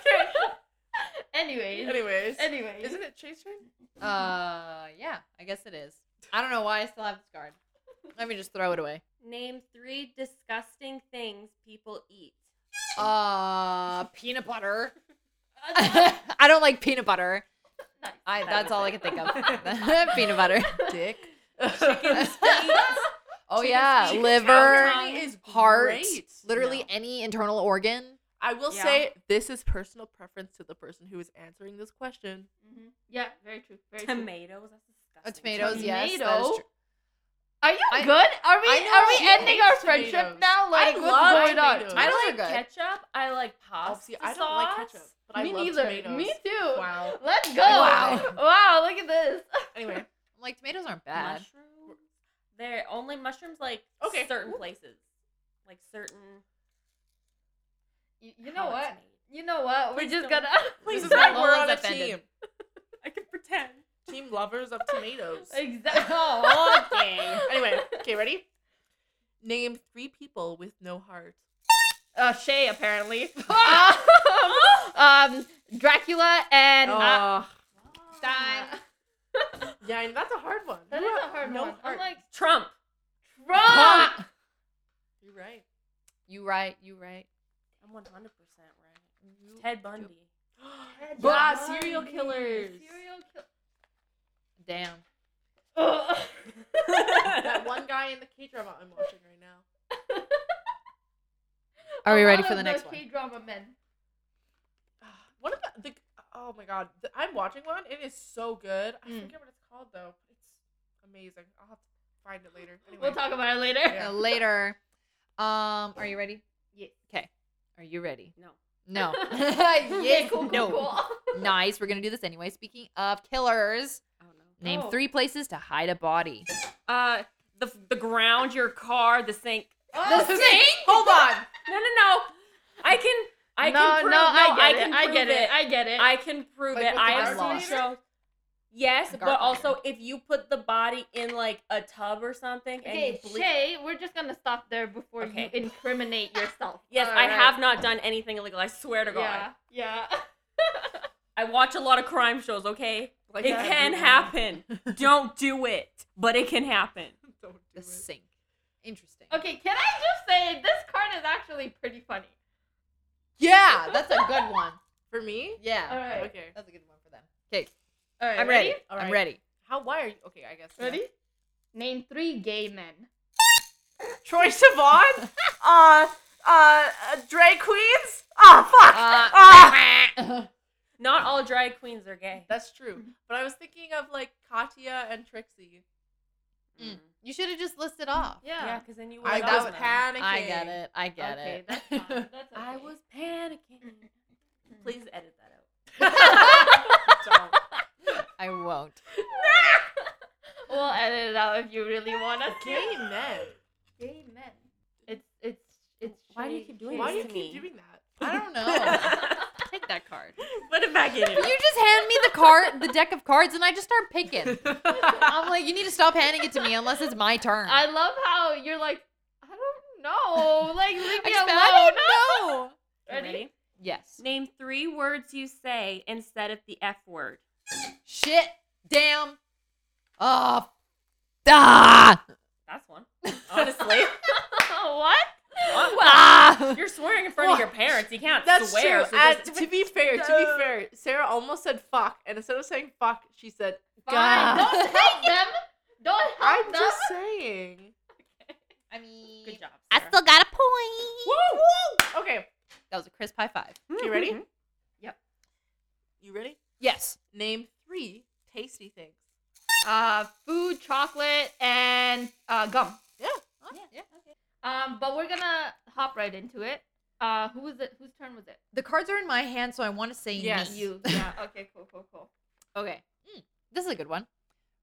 Speaker 3: anyways,
Speaker 1: Okay. Anyways,
Speaker 3: anyways.
Speaker 1: isn't it Chase turn?
Speaker 4: Uh, yeah, I guess it is. I don't know why I still have this card. Let me just throw it away.
Speaker 2: Name three disgusting things people eat.
Speaker 4: Uh, peanut butter. (laughs) I don't like peanut butter.
Speaker 3: Nice.
Speaker 4: I that's all I can think of. (laughs) peanut butter. Dick.
Speaker 1: (laughs) Chicken
Speaker 4: (laughs) Oh
Speaker 1: Chicken
Speaker 4: yeah,
Speaker 1: feet.
Speaker 4: liver,
Speaker 1: Cow tongue is
Speaker 4: heart,
Speaker 1: great.
Speaker 4: literally
Speaker 1: No.
Speaker 4: any internal organ.
Speaker 1: I will
Speaker 2: Yeah.
Speaker 1: say this is personal preference to the person who is answering this question.
Speaker 3: hmm Yeah, very true. Very true.
Speaker 2: Tomatoes. That's
Speaker 4: Uh,
Speaker 2: disgusting.
Speaker 4: tomatoes, yes. That is
Speaker 3: Tomato?
Speaker 4: true.
Speaker 3: Are you
Speaker 4: I-
Speaker 3: good? Are we
Speaker 4: I
Speaker 3: are
Speaker 4: know
Speaker 3: we
Speaker 4: she
Speaker 3: ending our
Speaker 1: hates
Speaker 3: friendship
Speaker 1: tomatoes.
Speaker 3: now? Like what's
Speaker 1: love
Speaker 3: going
Speaker 1: tomatoes.
Speaker 3: on?
Speaker 4: I
Speaker 2: I
Speaker 4: Tomatoes are
Speaker 2: like
Speaker 4: good.
Speaker 2: ketchup. I like pasta
Speaker 1: Oh, see, I don't
Speaker 2: sauce.
Speaker 1: like ketchup, but I
Speaker 3: Me
Speaker 1: love
Speaker 3: neither.
Speaker 1: tomatoes.
Speaker 3: Me too.
Speaker 1: Wow.
Speaker 3: Let's go. (laughs)
Speaker 4: Wow.
Speaker 3: Wow, look at this.
Speaker 1: Anyway,
Speaker 4: I'm like tomatoes aren't bad.
Speaker 2: Mushrooms. They're only mushrooms like
Speaker 1: Okay.
Speaker 2: certain places, like certain.
Speaker 3: You, you know
Speaker 2: how it's
Speaker 3: what?
Speaker 2: made.
Speaker 3: You know what? We're
Speaker 2: Please
Speaker 3: just
Speaker 2: don't.
Speaker 3: gonna (laughs)
Speaker 1: please
Speaker 4: is
Speaker 1: is like
Speaker 4: not
Speaker 1: we're
Speaker 4: Lola's
Speaker 1: on a team.
Speaker 4: offended.
Speaker 2: I can pretend.
Speaker 1: Team lovers of (laughs) tomatoes.
Speaker 3: (laughs) Exactly.
Speaker 2: okay.
Speaker 1: anyway, okay, ready? (laughs) Name three people with no heart.
Speaker 3: Uh, Shay apparently. Oh. (laughs) um, Dracula and uh,
Speaker 4: Time.
Speaker 1: yeah, and that's a hard one.
Speaker 3: That
Speaker 1: You
Speaker 3: is a
Speaker 1: have
Speaker 3: hard
Speaker 1: no
Speaker 3: one. I'm
Speaker 1: heart.
Speaker 3: like,
Speaker 2: Trump.
Speaker 3: Trump.
Speaker 1: You're right.
Speaker 4: You right, you right.
Speaker 2: I'm 100 percent right.
Speaker 3: (laughs)
Speaker 2: Ted Bundy.
Speaker 1: (gasps)
Speaker 2: (laughs)
Speaker 1: (gasps) yeah,
Speaker 3: Bundy.
Speaker 1: serial killers.
Speaker 3: Serial kill-
Speaker 4: Damn.
Speaker 3: Ugh.
Speaker 1: that (laughs) one guy in the K drama I'm watching right now. (sighs)
Speaker 4: Are we
Speaker 3: A
Speaker 4: ready
Speaker 3: lot
Speaker 4: for
Speaker 3: of
Speaker 4: the next
Speaker 3: those
Speaker 4: one?
Speaker 3: K-drama men.
Speaker 1: Ah, One of the, the oh my god, The- I'm watching one. It is so good. I
Speaker 3: Mm.
Speaker 1: forget what it's called though. but It's amazing. I'll have to find it later. Anyway, (laughs)
Speaker 3: We'll talk about it later.
Speaker 1: Yeah.
Speaker 4: Uh, later. Um, are you ready?
Speaker 3: Yeah.
Speaker 4: Okay. Are you ready?
Speaker 2: No.
Speaker 4: No.
Speaker 3: (laughs)
Speaker 4: (laughs)
Speaker 3: (laughs) Yeah,
Speaker 4: yes.
Speaker 3: cool, cool,
Speaker 4: no.
Speaker 3: cool. (laughs)
Speaker 4: Nice. We're gonna do this anyway. Speaking of killers,
Speaker 2: I don't know.
Speaker 4: name
Speaker 3: Oh.
Speaker 4: three places to hide a body.
Speaker 2: Uh, the the ground, your car, the sink.
Speaker 3: Oh,
Speaker 4: The
Speaker 3: okay.
Speaker 4: sink?
Speaker 1: hold on.
Speaker 2: No, no, no. I can. I
Speaker 3: no,
Speaker 2: can prove
Speaker 3: no, I get
Speaker 2: can
Speaker 3: it. I get
Speaker 2: prove
Speaker 3: it. I get it.
Speaker 2: I can prove
Speaker 1: Like
Speaker 2: it.
Speaker 1: with the
Speaker 2: I have seen
Speaker 4: garden
Speaker 2: shows. Yes,
Speaker 4: The
Speaker 2: but
Speaker 4: garden.
Speaker 2: also if you put the body in like a tub or something and
Speaker 3: okay,
Speaker 2: you ble-
Speaker 3: Shay, we're just gonna stop there before
Speaker 2: Okay.
Speaker 3: you incriminate yourself.
Speaker 2: (laughs) Yes,
Speaker 3: All
Speaker 2: I
Speaker 3: right.
Speaker 2: have not done anything illegal. I swear to God.
Speaker 3: Yeah, yeah. (laughs)
Speaker 2: I watch a lot of crime shows, okay?
Speaker 1: (laughs) Like
Speaker 2: it
Speaker 1: that, (laughs)
Speaker 2: can
Speaker 1: you know.
Speaker 2: happen. Don't do it, but it can happen.
Speaker 1: Don't do
Speaker 4: The
Speaker 1: it.
Speaker 4: sink. Interesting.
Speaker 3: Okay, can I just say this card is actually pretty funny.
Speaker 4: Yeah, that's a good one.
Speaker 1: For me?
Speaker 3: All
Speaker 4: Yeah.
Speaker 3: right,
Speaker 1: Okay.
Speaker 4: That's a good one for them. Okay.
Speaker 3: all right.
Speaker 4: I'm ready.
Speaker 1: All
Speaker 4: I'm
Speaker 1: right.
Speaker 4: ready.
Speaker 1: How? Why are you? Okay, I guess. yeah. (laughs)
Speaker 3: Ready? Name three gay men.
Speaker 1: Troy Sivan, uh, uh, uh, Drag Queens. Oh fuck.
Speaker 4: Uh,
Speaker 1: Ah!
Speaker 2: Not all drag queens are gay.
Speaker 1: That's true. But I was thinking of like Katya and Trixie.
Speaker 4: Mm. (laughs) You should have just listed off.
Speaker 2: Yeah, because then you would
Speaker 1: I
Speaker 4: that
Speaker 1: was
Speaker 4: was-
Speaker 1: panicking.
Speaker 4: I get it. I get
Speaker 3: okay,
Speaker 4: it.
Speaker 3: That's fine.
Speaker 2: (laughs)
Speaker 3: That's okay.
Speaker 2: I was panicking.
Speaker 1: Mm-hmm.
Speaker 2: Please edit that out.
Speaker 1: (laughs) Don't.
Speaker 4: I won't.
Speaker 3: (laughs) We'll edit it out if you really want us
Speaker 1: Gay
Speaker 3: to.
Speaker 1: men.
Speaker 3: Gay men. It's it's it's.
Speaker 2: Why do you
Speaker 3: Shay-
Speaker 2: keep doing
Speaker 3: Shay.
Speaker 1: Why do you
Speaker 2: to
Speaker 1: keep
Speaker 4: (laughs)
Speaker 2: me.
Speaker 1: doing that?
Speaker 4: I don't know. Take that card.
Speaker 2: Put it back in.
Speaker 4: You just hand me the card, the deck of cards, and I just start picking.
Speaker 2: (laughs)
Speaker 4: I'm like, you need to stop handing it to me unless it's my turn.
Speaker 3: (laughs) I love how you're like, I don't know. Like, leave
Speaker 4: I
Speaker 3: me
Speaker 4: just-
Speaker 3: alone.
Speaker 4: I don't know.
Speaker 2: Ready?
Speaker 3: Ready?
Speaker 4: Yes.
Speaker 2: Name three words you say instead of the F word.
Speaker 4: Shit. Damn. Ah. ah.
Speaker 1: (laughs)
Speaker 2: That's one. Honestly.
Speaker 3: (laughs) what?
Speaker 4: ah.
Speaker 2: You're swearing in front of your parents. You can't
Speaker 1: That's
Speaker 2: swear.
Speaker 1: true.
Speaker 2: so
Speaker 1: and
Speaker 2: just-
Speaker 1: to be fair, to be fair, Sarah almost said fuck, and instead of saying fuck, she said
Speaker 3: Fine.
Speaker 4: God.
Speaker 3: Don't help them. Don't help
Speaker 1: I'm
Speaker 3: them.
Speaker 1: just saying.
Speaker 4: I mean,
Speaker 2: Good job.
Speaker 4: I
Speaker 2: Sarah.
Speaker 4: still got a point.
Speaker 1: Okay,
Speaker 4: That was a crisp high five.
Speaker 1: you ready?
Speaker 2: Mhm. Yep.
Speaker 1: You ready?
Speaker 4: Yes.
Speaker 1: Name three tasty things.
Speaker 3: Uh, food, chocolate, and uh, gum.
Speaker 4: Yeah.
Speaker 3: Um, but we're gonna hop right into it. Uh, who was it? Whose turn was it?
Speaker 4: The cards are in my hand, so I want to say
Speaker 1: Yes.
Speaker 4: me.
Speaker 3: You. Yeah. Okay. Cool. Cool. Cool.
Speaker 4: Okay. Mm, This is a good one.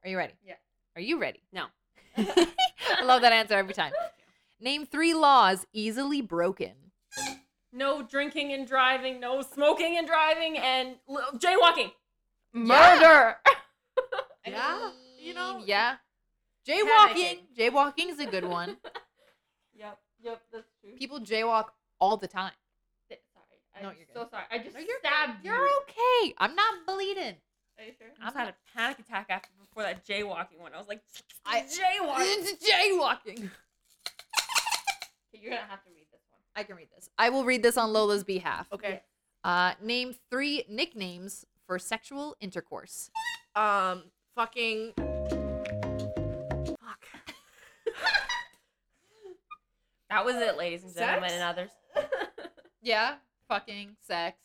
Speaker 4: Are you ready?
Speaker 3: Yeah.
Speaker 4: Are you ready?
Speaker 2: No.
Speaker 4: (laughs) I love that answer every (laughs) time. Name three laws easily broken.
Speaker 2: No drinking and driving, no smoking and driving, and l- jaywalking.
Speaker 3: Murder.
Speaker 4: I
Speaker 1: Yeah, you know,
Speaker 4: mean, Yeah. Jaywalking.
Speaker 2: Panicking.
Speaker 4: Jaywalking is a good (laughs) one.
Speaker 3: Yep. Yep. That's true.
Speaker 4: People jaywalk all the time.
Speaker 3: Th- Sorry. I'm
Speaker 4: No, you're good.
Speaker 3: so sorry. I just
Speaker 4: No, you're-
Speaker 3: stabbed
Speaker 4: You're
Speaker 3: you.
Speaker 4: okay. I'm not bleeding. (laughs)
Speaker 3: Are you sure?
Speaker 2: I almost had a panic attack after before that jaywalking one. I was like,
Speaker 4: I-
Speaker 2: (laughs) jaywalking.
Speaker 4: jaywalking.
Speaker 3: Okay, you're gonna have to read this one.
Speaker 4: I can read this. I will read this on Lola's behalf.
Speaker 1: Okay.
Speaker 4: Uh, name three nicknames for sexual intercourse.
Speaker 1: Um, fucking. Fuck.
Speaker 2: That was it, ladies and gentlemen,
Speaker 1: Sex?
Speaker 2: and others.
Speaker 4: Yeah. Fucking sex.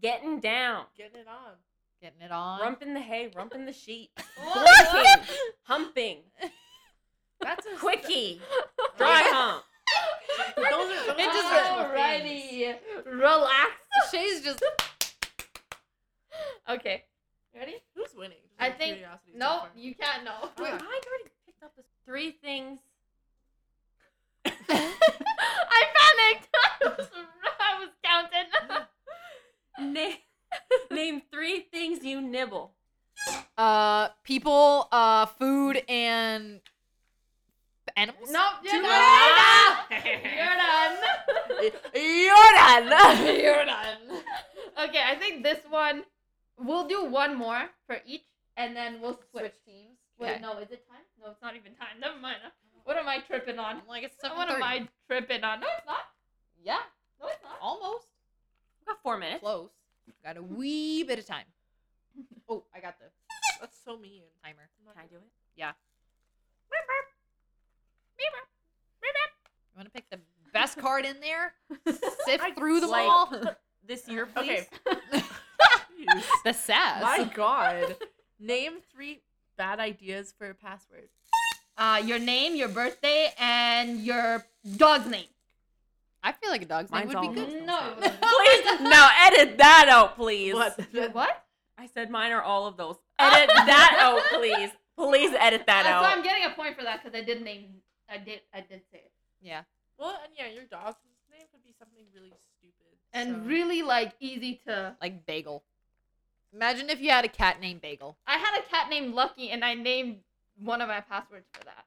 Speaker 2: Getting down,
Speaker 1: Getting it on.
Speaker 4: Getting it on.
Speaker 2: rumping the hay, rumping the
Speaker 1: (laughs)
Speaker 2: sheep,
Speaker 4: What?
Speaker 2: Quicking. humping,
Speaker 4: (laughs)
Speaker 1: That's a (laughs)
Speaker 2: quickie, dry hump.
Speaker 1: Those are, those
Speaker 4: It just-
Speaker 1: are actual things.
Speaker 3: Alrighty. Relax.
Speaker 4: Shay's just
Speaker 3: Okay. Ready?
Speaker 1: Who's winning?
Speaker 3: I think-
Speaker 1: curiosity so
Speaker 3: No,
Speaker 1: far.
Speaker 3: you can't know.
Speaker 2: Wait, I
Speaker 1: Ah.
Speaker 2: already picked up this. Three things.
Speaker 3: (laughs) I panicked. (laughs) I was, I was counting.
Speaker 2: (laughs) Name, name three things you nibble.
Speaker 4: uh people, uh food and animals.
Speaker 3: nope, you're
Speaker 4: Too (laughs)
Speaker 3: done.
Speaker 2: You're
Speaker 3: You're done. (laughs)
Speaker 1: You're done.
Speaker 4: (laughs) You're done.
Speaker 3: Okay, I think this one. We'll do one more for each, and then we'll switch.
Speaker 4: teams.
Speaker 3: Wait, no, is it time? No, it's not even time. Never mind. (laughs) What am I tripping on?
Speaker 4: like it's
Speaker 3: What am I tripping on? No, it's not.
Speaker 4: Yeah,
Speaker 3: No, it's not.
Speaker 4: almost
Speaker 2: We've got four minutes.
Speaker 4: close. Got a wee bit of time. Oh, I got the
Speaker 1: That's so mean.
Speaker 4: timer.
Speaker 1: I'm
Speaker 2: Can I
Speaker 1: not-
Speaker 2: do it?
Speaker 4: You want to pick the best card in there? Sift
Speaker 1: I
Speaker 4: through them
Speaker 2: like-
Speaker 4: all.
Speaker 2: This year, please.
Speaker 1: Okay. Jeez.
Speaker 4: the sass. (laughs)
Speaker 1: My God. Name three bad ideas for a password.
Speaker 3: Uh, your name, your birthday, and your dog's name.
Speaker 4: I feel like a dog's name
Speaker 2: Mine's
Speaker 4: would
Speaker 2: all
Speaker 4: be good.
Speaker 3: (laughs)
Speaker 2: good.
Speaker 3: No.
Speaker 2: please no edit that out please
Speaker 1: What?
Speaker 3: Your what?
Speaker 2: i said mine are all of those (laughs) edit that out please please edit that
Speaker 3: Uh, so
Speaker 2: out
Speaker 3: I'm getting a point for that because I did name. I did. I did say it.
Speaker 4: (laughs) Yeah.
Speaker 1: Well, and yeah, your dog's name could be something really stupid.
Speaker 3: And
Speaker 1: so-
Speaker 3: really like easy to.
Speaker 4: Like bagel. Imagine if you had a cat named Bagel.
Speaker 3: I had a cat named Lucky, and I named one of my passwords for that,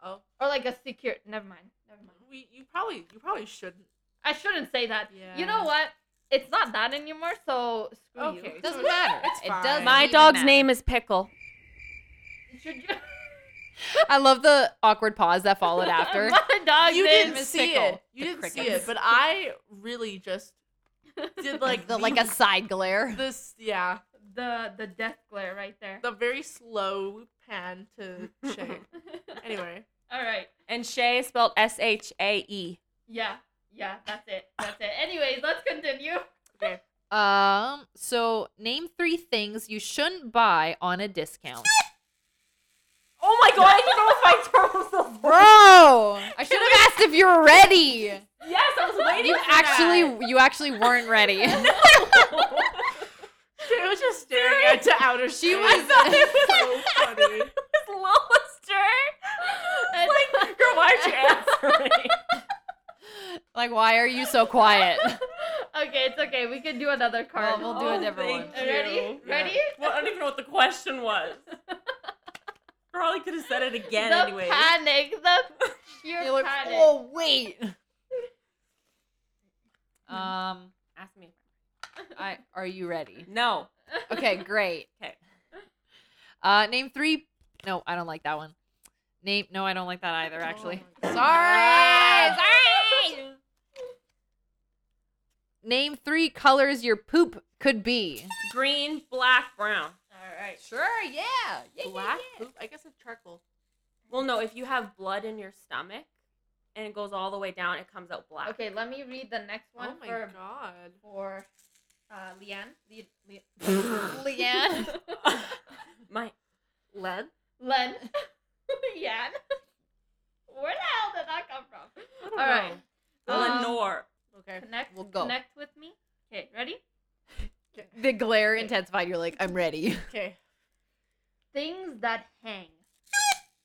Speaker 1: Oh,
Speaker 3: or like a secure. Never mind. Never mind.
Speaker 1: we you probably you probably shouldn't.
Speaker 3: I shouldn't say that. You
Speaker 1: Yeah.
Speaker 3: know what? It's not that anymore. So screw
Speaker 1: Okay.
Speaker 4: It
Speaker 3: you. (laughs)
Speaker 4: doesn't matter.
Speaker 1: It's
Speaker 4: It
Speaker 1: fine.
Speaker 4: does.
Speaker 1: My
Speaker 2: is pickle
Speaker 3: Should you?
Speaker 4: I love the awkward pause that
Speaker 3: (laughs)
Speaker 4: followed
Speaker 2: (laughs)
Speaker 4: after.
Speaker 3: My
Speaker 4: Oh,
Speaker 3: dog's
Speaker 1: you
Speaker 3: name
Speaker 1: didn't
Speaker 3: is
Speaker 1: see
Speaker 4: Pickle,
Speaker 1: it. You
Speaker 4: the
Speaker 1: didn't see
Speaker 4: crickets.
Speaker 1: it, but I really just
Speaker 3: (laughs)
Speaker 4: (laughs)
Speaker 1: did like
Speaker 4: the,
Speaker 2: (laughs)
Speaker 4: like a side glare.
Speaker 1: this yeah
Speaker 3: the the death glare right there.
Speaker 1: the very slow pan
Speaker 4: (laughs)
Speaker 1: to Shay. anyway,
Speaker 3: (laughs) All right.
Speaker 2: and shay is spelled (laughs) s-h-a-e
Speaker 3: Yeah. Yeah. That's it. That's it. Anyways, let's continue.
Speaker 1: okay.
Speaker 4: Um. So name three things you shouldn't buy on a discount.
Speaker 2: (laughs) oh my god i don't know if
Speaker 4: (laughs)
Speaker 2: i chose those
Speaker 4: Bro,
Speaker 2: (laughs)
Speaker 4: I should have asked if you were ready.
Speaker 2: yes i
Speaker 3: (laughs)
Speaker 2: was waiting
Speaker 4: You
Speaker 2: for that.
Speaker 4: actually, you actually weren't
Speaker 2: (laughs)
Speaker 4: ready. (laughs)
Speaker 1: She was just staring out to outer (laughs)
Speaker 4: She
Speaker 1: space.
Speaker 4: was-
Speaker 1: so funny.
Speaker 2: It's Lola's turn. like, girl, why'd
Speaker 3: (laughs)
Speaker 2: you answer me?
Speaker 4: like, why are you so quiet?
Speaker 3: (laughs) Okay, it's okay. Okay, we could do another card.
Speaker 5: Well, we'll do a
Speaker 2: Oh,
Speaker 5: different one.
Speaker 2: thank
Speaker 3: Uh, Ready?
Speaker 2: you.
Speaker 1: Yeah.
Speaker 3: Ready?
Speaker 2: Well, I don't even know what the question (laughs) was. Probably could have said it again
Speaker 3: the
Speaker 2: anyway.
Speaker 3: panic.
Speaker 1: (laughs)
Speaker 3: The
Speaker 4: (laughs)
Speaker 3: sheer
Speaker 5: You're like,
Speaker 3: panic.
Speaker 5: oh
Speaker 2: (laughs)
Speaker 5: wait. um,
Speaker 2: Ask me.
Speaker 5: I are you ready?
Speaker 2: No.
Speaker 5: (laughs) Okay, great.
Speaker 2: 'Kay.
Speaker 5: Uh, name three. No, I don't like that one. Name. No, I don't like that either. Actually,
Speaker 1: my
Speaker 5: sorry.
Speaker 1: God.
Speaker 5: Sorry. Name three colors your poop could be.
Speaker 2: Green, black, brown.
Speaker 1: All right.
Speaker 5: Sure. Yeah.
Speaker 1: Black poop. I guess it's charcoal.
Speaker 2: Well, no, if you have blood in your stomach and it goes all the way down, it comes out black.
Speaker 3: Okay, let me read the next one
Speaker 1: oh my
Speaker 3: for
Speaker 1: god.
Speaker 3: for uh, Leanne. Le- Le- (laughs)
Speaker 5: (laughs) Leanne.
Speaker 2: My lead?
Speaker 3: Len. (laughs) Leanne. Where the hell did that come from?
Speaker 1: I don't
Speaker 3: All right.
Speaker 1: know.
Speaker 3: Um,
Speaker 2: Lenore.
Speaker 1: Okay.
Speaker 3: Connect.
Speaker 5: We'll go.
Speaker 3: Connect with me. Okay, ready?
Speaker 5: The glare intensified. You're like, I'm ready.
Speaker 1: Okay.
Speaker 3: Things that hang.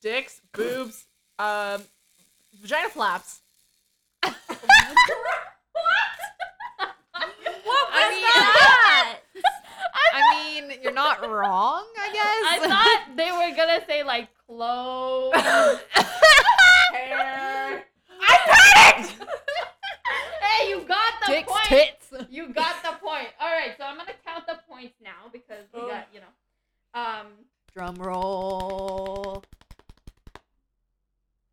Speaker 1: Dicks, boobs, um, vagina flaps.
Speaker 2: What
Speaker 5: I mean-
Speaker 2: that? (laughs)
Speaker 5: I mean, you're not (laughs) wrong, I
Speaker 3: I
Speaker 5: guess. (laughs)
Speaker 3: thought they were gonna say like clothes.
Speaker 2: (laughs)
Speaker 1: Hair.
Speaker 3: hey, you got
Speaker 5: (laughs)
Speaker 3: the
Speaker 5: Dicks,
Speaker 3: point.
Speaker 5: tits.
Speaker 3: You got the point. All right, so I'm gonna count the points now because we
Speaker 1: Oh.
Speaker 3: got you know. Um.
Speaker 5: Drum roll.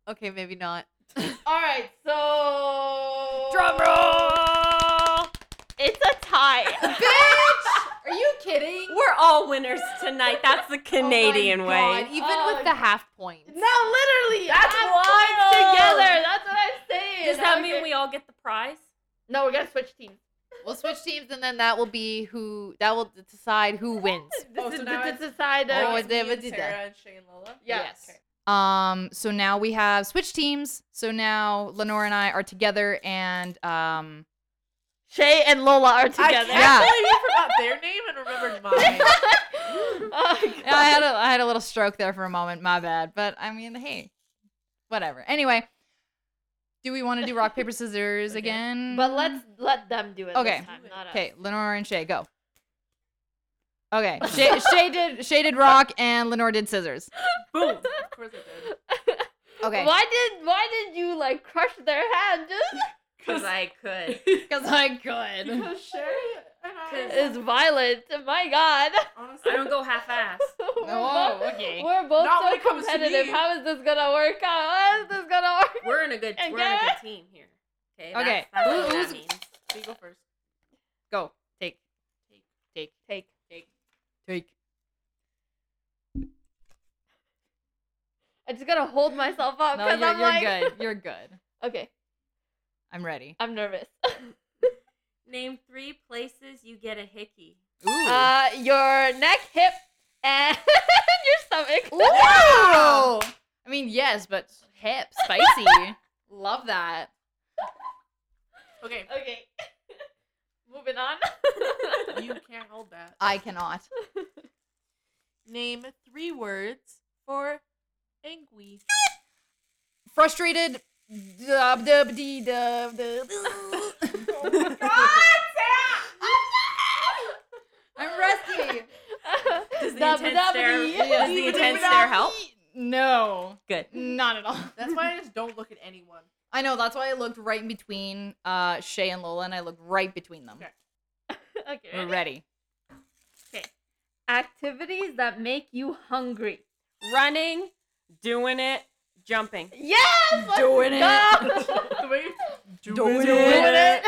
Speaker 5: Okay, maybe not.
Speaker 3: All right, so
Speaker 5: roll.
Speaker 3: It's a tie.
Speaker 5: Bitch! Are you kidding?
Speaker 2: (laughs) We're all winners tonight.
Speaker 3: (laughs)
Speaker 2: That's the Canadian
Speaker 5: Oh my
Speaker 2: way.
Speaker 5: God, Even
Speaker 3: Oh.
Speaker 5: with the half points.
Speaker 3: no, literally,
Speaker 2: That's
Speaker 3: I'm
Speaker 2: wild.
Speaker 3: points together. That's what I'm saying.
Speaker 2: Does that mean
Speaker 3: Okay.
Speaker 2: we all get the prize?
Speaker 3: No, we're gonna switch teams.
Speaker 5: We'll switch teams and then that will be who that will decide who wins.
Speaker 1: Oh,
Speaker 3: This
Speaker 1: so
Speaker 3: is
Speaker 1: now
Speaker 3: to
Speaker 1: it's-
Speaker 3: decide.
Speaker 5: Oh,
Speaker 3: uh,
Speaker 5: it's- they
Speaker 1: me
Speaker 5: would
Speaker 1: and
Speaker 5: do that.
Speaker 1: Sarah and Shane Lola.
Speaker 3: Yes.
Speaker 1: Okay.
Speaker 4: Um, so now we have switched teams. So now Lenore and I are together, and um,
Speaker 3: Shay and Lola are
Speaker 1: I can't
Speaker 3: together.
Speaker 4: Yeah.
Speaker 1: believe you forgot their name and remembered (laughs) mine.
Speaker 3: (laughs) Oh, God.
Speaker 4: yeah, I had a I had a little stroke there for a moment. My bad, but I mean, hey, whatever. Anyway, do we want to do rock paper scissors
Speaker 1: Okay.
Speaker 4: again?
Speaker 3: But let's let them do it.
Speaker 4: Mm. Okay.
Speaker 3: This time, not
Speaker 2: (laughs)
Speaker 3: us.
Speaker 4: okay, Lenore and Shay go. Okay, (laughs) Shay,
Speaker 3: (laughs)
Speaker 4: Shay did Shay did rock, and Lenore did scissors.
Speaker 1: Boom. Of course I did.
Speaker 4: Okay,
Speaker 3: Why did why did you like crush their hand? Just
Speaker 2: Because I could.
Speaker 3: (laughs)
Speaker 4: because I could.
Speaker 1: Because Shay and I,
Speaker 3: it's violent. My God. (laughs)
Speaker 1: honestly,
Speaker 2: I don't go half ass.
Speaker 3: We're
Speaker 4: (laughs) Oh,
Speaker 3: both- (laughs)
Speaker 4: okay.
Speaker 3: We're both
Speaker 1: Not when
Speaker 3: so
Speaker 1: it comes to
Speaker 3: competitive.
Speaker 1: me.
Speaker 3: How is this gonna work out? How is this gonna work?
Speaker 2: We're in a good
Speaker 3: And
Speaker 2: we're in a good team here. Okay. that's-
Speaker 4: Okay,
Speaker 2: that's what
Speaker 4: who-
Speaker 2: that
Speaker 4: who's-
Speaker 2: means.
Speaker 1: you go first.
Speaker 4: Go take take
Speaker 3: Take.
Speaker 4: take.
Speaker 3: I just gotta hold myself up
Speaker 4: No, you're,
Speaker 3: because
Speaker 4: you're
Speaker 3: I'm like,
Speaker 4: good. (laughs) You're good.
Speaker 3: okay,
Speaker 4: I'm ready.
Speaker 3: I'm
Speaker 4: (laughs)
Speaker 3: nervous.
Speaker 2: Name three places you get a hickey.
Speaker 4: Ooh.
Speaker 3: Uh, your neck, hip, and (laughs) your stomach.
Speaker 4: Wow. I mean, yes, but hip, spicy. (laughs) Love that.
Speaker 1: Okay.
Speaker 3: Okay. (laughs) Moving on. (laughs)
Speaker 1: You can't hold that.
Speaker 4: I cannot.
Speaker 1: Name three words for angry.
Speaker 4: Frustrated. Dub, dub, dee, dub, (laughs) dub. Oh (laughs) I'm (laughs) rusty.
Speaker 2: Does the
Speaker 3: Dub-
Speaker 2: intense
Speaker 3: dub-
Speaker 2: stare-
Speaker 3: dee.
Speaker 2: does the intense stare help?
Speaker 4: No,
Speaker 2: Good.
Speaker 4: not (laughs) at all.
Speaker 1: That's why I just don't look at anyone.
Speaker 4: I know. That's why I looked right in between uh, Shay and Lola, and I looked right between them.
Speaker 1: Okay.
Speaker 3: (laughs) okay.
Speaker 4: We're ready.
Speaker 3: Activities that make you hungry.
Speaker 2: Running, doing it, jumping.
Speaker 3: Yes. let's
Speaker 4: Doing
Speaker 1: (laughs)
Speaker 3: go!
Speaker 1: the way you do
Speaker 4: (laughs) Doing
Speaker 1: it.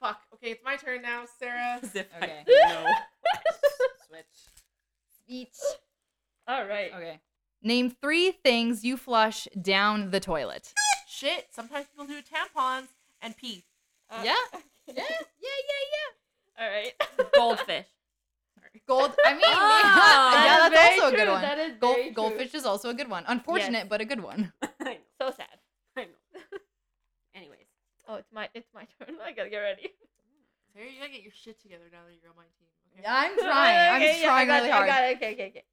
Speaker 1: Fuck. Okay, it's my turn now, Sarah.
Speaker 2: (laughs) As if I-
Speaker 4: Okay.
Speaker 2: (laughs)
Speaker 4: Switch. Speech.
Speaker 3: All right.
Speaker 4: Okay. Name three things you flush down the toilet.
Speaker 1: Shit. Sometimes people do tampons and pee.
Speaker 3: Uh,
Speaker 4: yeah. Yeah. Yeah. Yeah. Yeah.
Speaker 3: All
Speaker 4: (laughs)
Speaker 3: right.
Speaker 2: Goldfish.
Speaker 4: Gold. I mean,
Speaker 3: (laughs)
Speaker 4: Oh (laughs) yeah,
Speaker 2: Ah,
Speaker 3: That is
Speaker 4: that's
Speaker 3: very
Speaker 4: also a good
Speaker 3: true,
Speaker 4: one.
Speaker 3: That is
Speaker 4: Gold,
Speaker 3: very true.
Speaker 4: goldfish is also a good one. Unfortunate,
Speaker 3: Yes.
Speaker 4: but a good one.
Speaker 2: I know,
Speaker 3: (laughs) So sad.
Speaker 2: I know. (laughs) Anyways.
Speaker 3: Oh, it's my it's my (laughs) turn. I gotta get ready.
Speaker 1: Sarah, you gotta get your shit together now that you're on my team. Okay.
Speaker 4: I'm
Speaker 3: (laughs) Okay,
Speaker 4: trying. I'm
Speaker 3: yeah, I
Speaker 4: trying
Speaker 3: got
Speaker 4: really
Speaker 3: it, I
Speaker 4: hard.
Speaker 3: got it. Okay, okay, okay.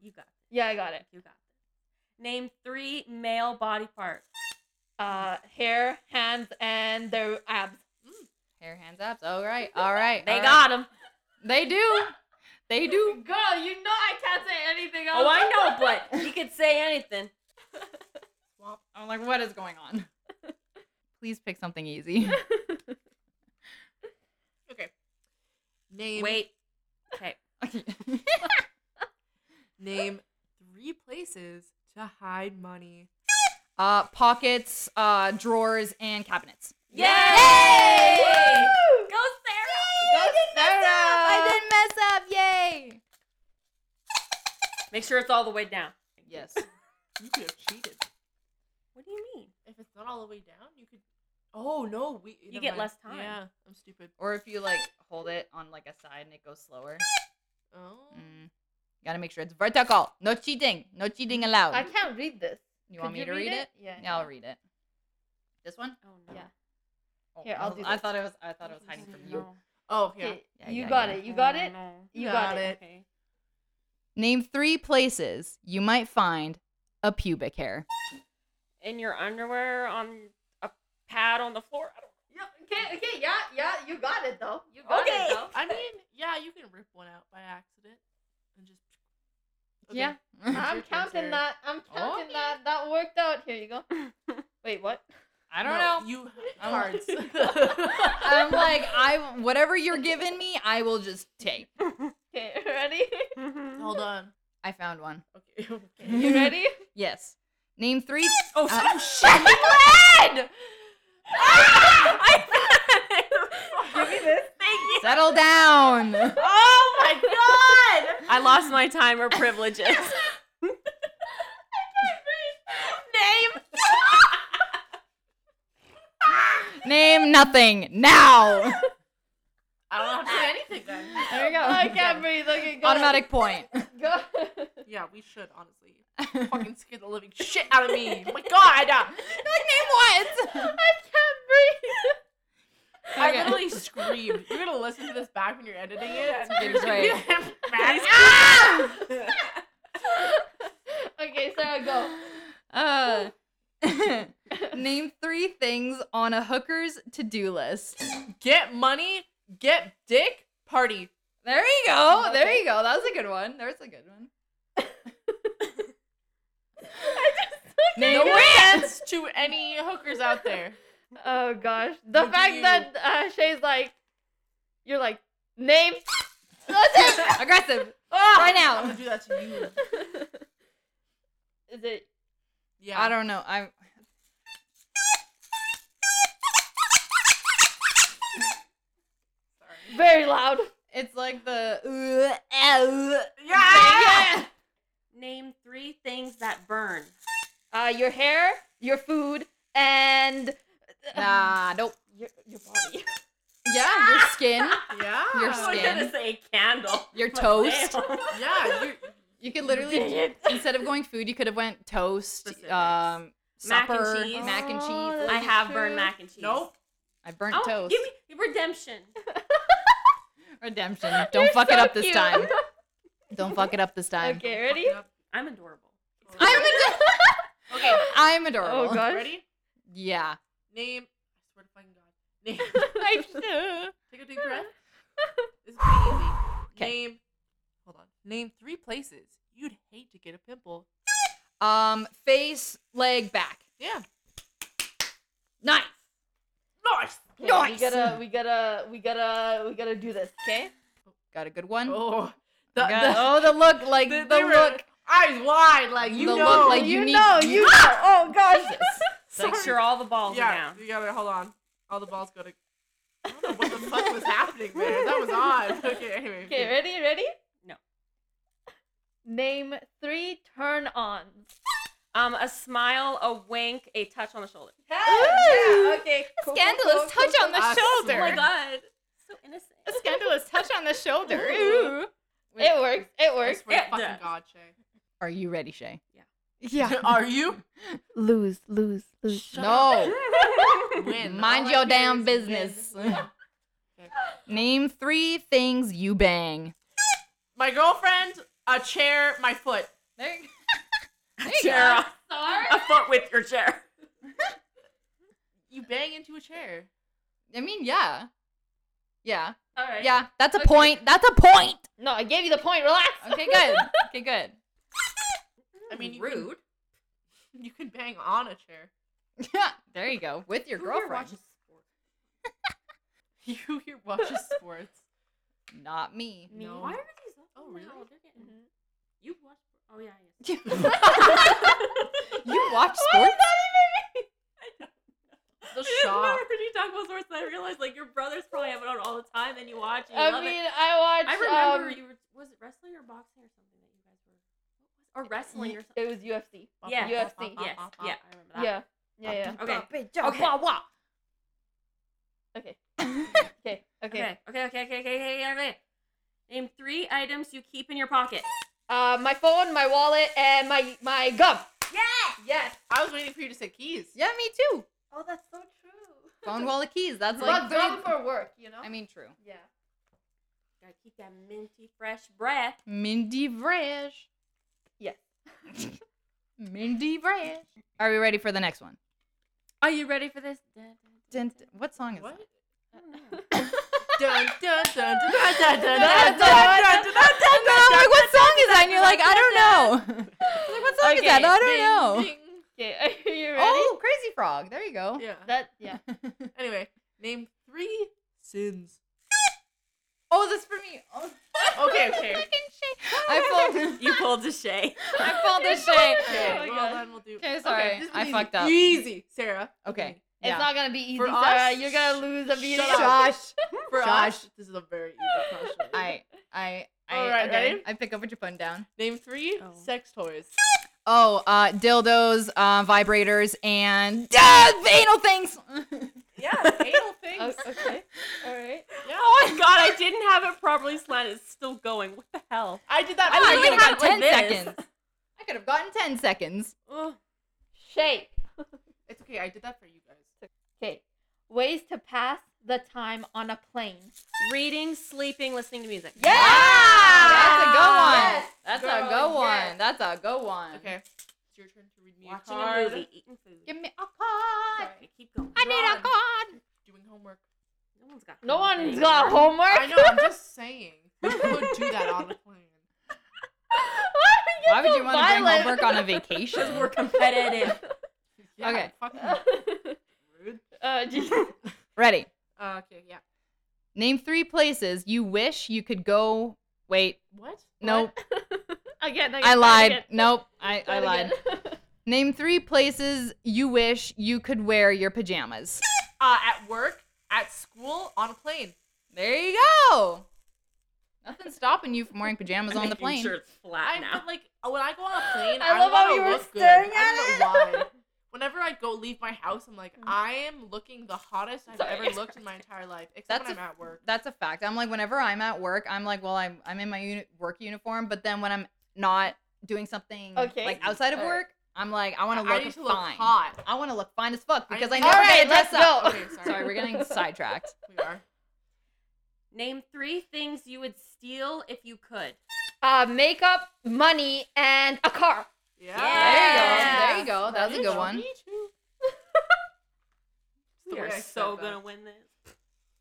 Speaker 2: You got it.
Speaker 3: Yeah, I got it.
Speaker 2: You got it. Name three male body parts.
Speaker 3: Uh, hair, hands, and their abs.
Speaker 4: Hair, hands up. All right. All right.
Speaker 2: They
Speaker 4: all right.
Speaker 2: got him.
Speaker 4: They do. They do.
Speaker 3: Girl, you know I can't say anything else.
Speaker 2: Oh, I know,
Speaker 3: (laughs)
Speaker 4: (laughs)
Speaker 2: but he could say anything.
Speaker 4: I'm like, what is going on? (laughs) Please pick something easy.
Speaker 1: Name
Speaker 2: Wait. Okay.
Speaker 4: Okay.
Speaker 1: name three places to hide money.
Speaker 4: uh, pockets, uh, drawers, and cabinets.
Speaker 2: Yay! (laughs) Go Sarah!
Speaker 4: I didn't mess up. Yay.
Speaker 2: Make sure it's all the way down.
Speaker 4: Yes.
Speaker 1: You could have cheated.
Speaker 2: What do you mean?
Speaker 1: If it's not all the way down, you could. Oh no, we. never
Speaker 2: get
Speaker 1: mind.
Speaker 2: less time.
Speaker 1: Yeah, I'm stupid.
Speaker 4: Or if you like hold it on like a side and it goes slower.
Speaker 1: Oh.
Speaker 4: Mm. Gotta make sure it's vertical. No cheating. No cheating allowed.
Speaker 3: Mm. I can't read this.
Speaker 4: you want
Speaker 3: Could
Speaker 4: me to read, it?
Speaker 3: Yeah.
Speaker 4: Yeah, I'll read it. This one?
Speaker 2: Oh
Speaker 3: Yeah.
Speaker 4: Oh,
Speaker 3: Here,
Speaker 4: I
Speaker 3: I'll
Speaker 4: was-
Speaker 3: do
Speaker 4: I
Speaker 3: this.
Speaker 4: thought it was. I thought it was hiding from you.
Speaker 1: Oh yeah.
Speaker 3: Okay,
Speaker 4: Yeah,
Speaker 3: you
Speaker 4: yeah,
Speaker 3: got
Speaker 4: yeah.
Speaker 3: it. You got it. You got,
Speaker 1: Got
Speaker 3: it.
Speaker 1: it.
Speaker 2: Okay.
Speaker 4: Name three places you might find a
Speaker 3: (laughs)
Speaker 4: pubic hair.
Speaker 2: In your underwear on a pad on the floor. I don't
Speaker 3: Yeah, okay, okay, yeah, yeah, you got it though. You got
Speaker 2: Okay.
Speaker 3: it though.
Speaker 1: I mean, yeah, you can rip one out by accident and just. Okay.
Speaker 3: I'm
Speaker 1: Your turn,
Speaker 3: counting
Speaker 1: Sarah.
Speaker 3: that. I'm
Speaker 4: Oh.
Speaker 3: counting that. That worked out. Here you (laughs) go. Wait,
Speaker 4: (laughs)
Speaker 3: what?
Speaker 4: I don't
Speaker 1: No,
Speaker 4: know.
Speaker 1: You
Speaker 4: I'm-
Speaker 1: cards.
Speaker 3: (laughs)
Speaker 4: I'm like, I whatever you're giving me, I will just take.
Speaker 3: Okay, (laughs) ready?
Speaker 2: Mhm.
Speaker 1: Hold on.
Speaker 4: I found one.
Speaker 1: Okay. (laughs) okay.
Speaker 4: (laughs)
Speaker 3: You ready?
Speaker 4: Yes. Name three. Oh,
Speaker 1: Oh,
Speaker 4: shit! Ah! (laughs)
Speaker 2: Give me this. Thank you.
Speaker 4: Settle down.
Speaker 2: Oh my god! I lost my timer privileges. Name.
Speaker 4: Name nothing now.
Speaker 1: I don't have to say anything then.
Speaker 4: There you go.
Speaker 3: I can't breathe. Okay, go.
Speaker 4: Automatic point.
Speaker 3: Go. (laughs)
Speaker 1: Yeah, we should honestly.
Speaker 4: Name
Speaker 1: Fucking scare the living shit out of me. Oh my god.
Speaker 4: (laughs) what?
Speaker 3: I can't breathe.
Speaker 1: I
Speaker 4: Okay.
Speaker 1: literally screamed. You're gonna listen to this back when you're editing it. And you're
Speaker 4: That's
Speaker 1: just gonna be
Speaker 4: right.
Speaker 1: like, "Mask."
Speaker 4: Ah!
Speaker 3: Okay, Sarah, go.
Speaker 4: (laughs) Uh, (laughs) name three things on a hooker's to-do list.
Speaker 1: (laughs) Get money, get dick, party.
Speaker 4: There you go. There you go. That was a good one. There's a good one.
Speaker 1: No
Speaker 4: Name
Speaker 1: offense to any hookers out there.
Speaker 3: Oh gosh, the
Speaker 1: What do
Speaker 3: fact
Speaker 1: you-
Speaker 3: that uh, Shay's like, you're like, (laughs) name.
Speaker 4: aggressive.
Speaker 3: Oh,
Speaker 4: Right
Speaker 1: I'm
Speaker 4: now.
Speaker 1: gonna do that to you.
Speaker 3: (laughs) Is it?
Speaker 1: Yeah.
Speaker 4: I don't know. I.
Speaker 3: Very loud.
Speaker 4: It's like the. uh,
Speaker 2: Yeah. (laughs) Name three things that burn.
Speaker 3: Uh, your hair, your food, and
Speaker 4: Nah, nope.
Speaker 3: your, your
Speaker 4: (laughs)
Speaker 3: body. (laughs)
Speaker 4: Yeah, your skin,
Speaker 1: Yeah.
Speaker 4: Your
Speaker 2: I was
Speaker 4: skin.
Speaker 2: gonna say candle.
Speaker 4: your
Speaker 2: (laughs)
Speaker 4: toast.
Speaker 2: Damn.
Speaker 1: Yeah. You're,
Speaker 4: You could literally instead of going food, you could have went toast,
Speaker 1: Specifics.
Speaker 4: um,
Speaker 2: Mac and
Speaker 4: supper,
Speaker 2: cheese.
Speaker 4: mac and
Speaker 3: Oh,
Speaker 4: cheese.
Speaker 3: that's-
Speaker 2: I
Speaker 4: I,
Speaker 2: have burned mac and cheese.
Speaker 1: nope.
Speaker 4: I burnt
Speaker 2: Oh,
Speaker 4: toast.
Speaker 2: Give me redemption.
Speaker 3: (laughs)
Speaker 4: Redemption. Don't
Speaker 3: You're
Speaker 4: fuck it
Speaker 3: so
Speaker 4: up this
Speaker 3: cute. (laughs)
Speaker 4: time. Don't fuck it up this time.
Speaker 3: Okay, ready?
Speaker 1: (laughs)
Speaker 2: I'm adorable.
Speaker 4: I'm adorable.
Speaker 1: Okay.
Speaker 4: I'm adorable.
Speaker 3: Oh, God.
Speaker 1: Ready?
Speaker 3: (laughs)
Speaker 4: Yeah.
Speaker 1: Name. I swear to fucking God. Name. Take a deep breath. This is pretty easy.
Speaker 4: 'Kay.
Speaker 1: Name. Hold on. Name three places you'd hate to get a pimple.
Speaker 4: Um, face, leg, back.
Speaker 1: Yeah.
Speaker 4: Nice.
Speaker 1: Nice.
Speaker 3: We gotta, we gotta, we gotta, we gotta do this, okay?
Speaker 4: Got a good one.
Speaker 1: Oh. The,
Speaker 4: Got-
Speaker 1: the,
Speaker 4: oh, the look, like
Speaker 1: the,
Speaker 4: the,
Speaker 1: they were
Speaker 4: look.
Speaker 1: Eyes wide, like you
Speaker 4: The
Speaker 1: know.
Speaker 4: look, like, you need-
Speaker 3: know. Oh gosh.
Speaker 2: Make
Speaker 1: Sorry.
Speaker 2: sure all the balls
Speaker 1: yeah.
Speaker 2: are down.
Speaker 1: You gotta hold on. All the balls go to. I don't know what the fuck was happening there. That was odd. Okay. Anyway.
Speaker 3: (laughs) Okay, ready? Ready?
Speaker 2: No.
Speaker 3: Name three turn-ons.
Speaker 2: Um, a smile, a wink, a touch on the shoulder.
Speaker 3: Yeah, okay. cool, cool,
Speaker 4: Scandalous
Speaker 3: cool,
Speaker 4: touch
Speaker 3: cool,
Speaker 4: on the
Speaker 3: cool.
Speaker 1: Ah,
Speaker 4: shoulder.
Speaker 1: smart.
Speaker 2: Oh god, so innocent.
Speaker 4: A scandalous touch on the
Speaker 3: (laughs)
Speaker 4: shoulder.
Speaker 3: Ooh. It works. It
Speaker 1: I
Speaker 3: works.
Speaker 1: swear to
Speaker 2: It
Speaker 1: fucking
Speaker 2: does.
Speaker 1: God, Shay.
Speaker 4: Are you ready, Shay?
Speaker 2: Yeah.
Speaker 1: (laughs)
Speaker 4: Yeah.
Speaker 1: Are you?
Speaker 3: Lose, lose, lose.
Speaker 4: (laughs) no.
Speaker 1: Win.
Speaker 4: Mind
Speaker 1: All I
Speaker 4: your
Speaker 1: hear
Speaker 4: damn
Speaker 1: is
Speaker 4: business.
Speaker 1: win. Yeah.
Speaker 4: Name three things you bang.
Speaker 1: My girlfriend, a chair, my foot.
Speaker 4: There you
Speaker 2: chair,
Speaker 4: go.
Speaker 2: off- a foot with your chair.
Speaker 1: You bang into a chair.
Speaker 4: I mean, yeah. Yeah.
Speaker 2: All right.
Speaker 4: Yeah. That's a
Speaker 2: Okay.
Speaker 4: point. That's a point.
Speaker 3: No, I gave you the point. Relax.
Speaker 4: (laughs) Okay, good. Okay, good. (laughs)
Speaker 1: I mean, you can-
Speaker 2: rude.
Speaker 1: (laughs) You can bang on a chair. (laughs)
Speaker 4: there you go. With your
Speaker 1: Who here
Speaker 4: girlfriend.
Speaker 1: watches sports? you here watches sports?
Speaker 4: Not me.
Speaker 2: (laughs)
Speaker 3: Me.
Speaker 1: No.
Speaker 2: Why are these up?
Speaker 1: Oh, really?
Speaker 2: They're getting. You watch. Oh yeah. yeah.
Speaker 4: you watch sports?
Speaker 1: (laughs) The
Speaker 2: I didn't
Speaker 1: shock.
Speaker 2: (laughs) remember when you talk about sports, and I realized like your brothers probably have it on all the time, and you watch. And you
Speaker 3: (laughs) I
Speaker 2: love
Speaker 3: mean,
Speaker 2: it.
Speaker 3: I watched.
Speaker 2: I remember
Speaker 3: um,
Speaker 2: you were was it wrestling or boxing or something that you guys were or wrestling or something.
Speaker 3: It was UFC.
Speaker 2: Yeah.
Speaker 3: UFC.
Speaker 2: Yes, yeah, I remember that.
Speaker 3: Yeah. Yeah. Yeah.
Speaker 2: Okay.
Speaker 3: Okay. Wah, wah. Okay. okay. Okay.
Speaker 2: Okay. Okay. Okay. Okay. Okay. Okay. okay, okay. Name three items you keep in your pocket.
Speaker 3: Uh, my phone, my wallet, and my my gum.
Speaker 2: Yeah.
Speaker 3: Yes.
Speaker 1: I was waiting for you to say keys.
Speaker 4: Yeah, me too.
Speaker 2: Oh, that's so true.
Speaker 4: Phone wallet keys. That's
Speaker 3: But
Speaker 4: like
Speaker 3: gum for work, you know.
Speaker 4: I mean true.
Speaker 3: yeah.
Speaker 2: Gotta keep that minty fresh breath.
Speaker 4: Mindy Vresh.
Speaker 3: Yes.
Speaker 4: (laughs) Mindy Vresh. Are we ready for the next one?
Speaker 2: Are you ready for this? Dun, dun,
Speaker 4: Dun- What song
Speaker 1: (laughs)
Speaker 4: is (laughs)
Speaker 1: What?
Speaker 4: that?
Speaker 1: dun, dun, dun, dun, dun, dun, (laughs) dun, dun,
Speaker 4: (laughs)
Speaker 1: dun, dun, dun.
Speaker 4: I'm like, what song is that? And you're like, I don't know. (laughs) I'm like, what song is that? I don't know.
Speaker 3: Okay. (laughs) Are you ready?
Speaker 4: Oh, Crazy Frog. There you go.
Speaker 1: (laughs) Yeah.
Speaker 3: That. Yeah.
Speaker 1: Anyway, name three sins.
Speaker 4: (laughs) Oh, this for me. Oh.
Speaker 1: (laughs) Okay,
Speaker 4: (laughs)
Speaker 1: okay. (laughs)
Speaker 4: I (laughs) pulled.
Speaker 2: You pulled a Shay.
Speaker 4: I pulled this shit.
Speaker 1: Okay,
Speaker 3: my
Speaker 1: well,
Speaker 3: God.
Speaker 1: then we'll do.
Speaker 4: Okay, sorry.
Speaker 1: this was
Speaker 4: I
Speaker 1: easy.
Speaker 4: fucked up.
Speaker 1: Easy, Sarah.
Speaker 4: Okay.
Speaker 3: It's not gonna be easy,
Speaker 1: For
Speaker 3: Sarah.
Speaker 1: us,
Speaker 3: You're gonna lose a video.
Speaker 1: shut up.
Speaker 4: Josh.
Speaker 1: For
Speaker 4: Josh.
Speaker 1: us, this is a very easy question.
Speaker 4: I. I. I.
Speaker 1: All right,
Speaker 4: again,
Speaker 1: ready?
Speaker 4: I pick up what you put down.
Speaker 1: Name three
Speaker 2: Oh.
Speaker 1: sex toys.
Speaker 4: Oh, uh, dildos, uh, vibrators, and uh, anal things.
Speaker 1: Yeah, anal things.
Speaker 3: Oh, okay. All right.
Speaker 1: Yeah.
Speaker 2: Oh my god, I didn't have it properly slanted. It's still going. What the hell?
Speaker 1: I did that.
Speaker 4: I
Speaker 2: I
Speaker 4: could
Speaker 2: literally
Speaker 4: have gotten
Speaker 2: had
Speaker 4: ten
Speaker 2: it like this.
Speaker 4: seconds. I could have gotten ten seconds.
Speaker 2: Ugh.
Speaker 3: Shake.
Speaker 1: It's okay. I did that for you guys.
Speaker 3: Okay. Ways to pass the time on a plane.
Speaker 2: Reading, sleeping, listening to music.
Speaker 3: Yeah.
Speaker 4: That's a go one.
Speaker 3: Yes,
Speaker 4: That's a
Speaker 1: girl,
Speaker 4: go one.
Speaker 1: yes.
Speaker 4: That's a go one.
Speaker 1: Okay. It's your turn to read me
Speaker 2: Watching
Speaker 1: a
Speaker 2: a
Speaker 1: card.
Speaker 2: movie, eating food.
Speaker 4: Give me a card.
Speaker 1: Sorry.
Speaker 2: Okay, keep going.
Speaker 4: I need a
Speaker 1: Drawing.
Speaker 4: card.
Speaker 1: Doing homework.
Speaker 2: No one's got.
Speaker 3: No
Speaker 2: homework
Speaker 3: one's
Speaker 2: anymore.
Speaker 3: got homework.
Speaker 1: I know. I'm just saying. (laughs) You could do that on a plane.
Speaker 4: Why would
Speaker 3: so
Speaker 4: you want to bring
Speaker 3: violent?
Speaker 4: homework (laughs) on
Speaker 3: (laughs)
Speaker 4: a vacation?
Speaker 2: We're competitive.
Speaker 1: (laughs) Yeah,
Speaker 4: Okay.
Speaker 1: Fucking rude.
Speaker 3: uh, (laughs) Jesus.
Speaker 4: Ready.
Speaker 1: Uh, okay. Yeah.
Speaker 4: Name three places you wish you could go. Wait.
Speaker 1: What?
Speaker 4: Nope.
Speaker 3: again, again,
Speaker 4: I lied.
Speaker 3: again.
Speaker 4: Nope. I, I
Speaker 3: Try it
Speaker 4: lied.
Speaker 3: (laughs) again.
Speaker 4: Name three places you wish you could wear your pajamas. (laughs)
Speaker 1: Uh, at work, at school, on a plane.
Speaker 4: There you go. Nothing's stopping you from wearing pajamas on the
Speaker 2: Making
Speaker 4: plane.
Speaker 2: Sure it's flat
Speaker 1: I
Speaker 2: now.
Speaker 1: but like uh, when I go on a plane,
Speaker 3: I
Speaker 1: I,
Speaker 3: love how
Speaker 1: want
Speaker 3: you
Speaker 1: to
Speaker 3: were
Speaker 1: look good.
Speaker 3: staring
Speaker 1: I
Speaker 3: at
Speaker 1: don't know
Speaker 4: (laughs)
Speaker 1: why. Whenever I go leave my house, I'm
Speaker 4: Mm.
Speaker 1: like, I am looking the hottest I've
Speaker 3: Sorry.
Speaker 1: ever looked in my entire life, except
Speaker 4: That's
Speaker 1: when
Speaker 4: a-
Speaker 1: I'm at work.
Speaker 4: That's a fact. I'm like, whenever I'm at work, I'm like, well, I'm I'm in my uni- work uniform, but then when I'm not doing something
Speaker 3: Okay.
Speaker 4: like outside of
Speaker 3: All right.
Speaker 4: work, I'm like, I want to
Speaker 1: I
Speaker 4: look
Speaker 1: need to look
Speaker 4: fine.
Speaker 1: hot.
Speaker 4: I want to look fine as fuck because I,
Speaker 1: need-
Speaker 4: never
Speaker 3: All
Speaker 4: get
Speaker 3: right,
Speaker 4: to dress
Speaker 3: let's go.
Speaker 4: up.
Speaker 1: Okay, sorry.
Speaker 4: Sorry,
Speaker 3: (laughs)
Speaker 4: we're getting sidetracked.
Speaker 1: We
Speaker 4: (laughs)
Speaker 1: are.
Speaker 2: Name three things you would steal if you could.
Speaker 3: uh, makeup, money, and a car.
Speaker 1: Yeah.
Speaker 4: There you
Speaker 2: Yeah.
Speaker 4: go. There you go. That was a good one.
Speaker 1: Me too.
Speaker 2: We
Speaker 1: Yeah,
Speaker 2: are
Speaker 1: I
Speaker 2: so
Speaker 1: said that.
Speaker 2: gonna win this.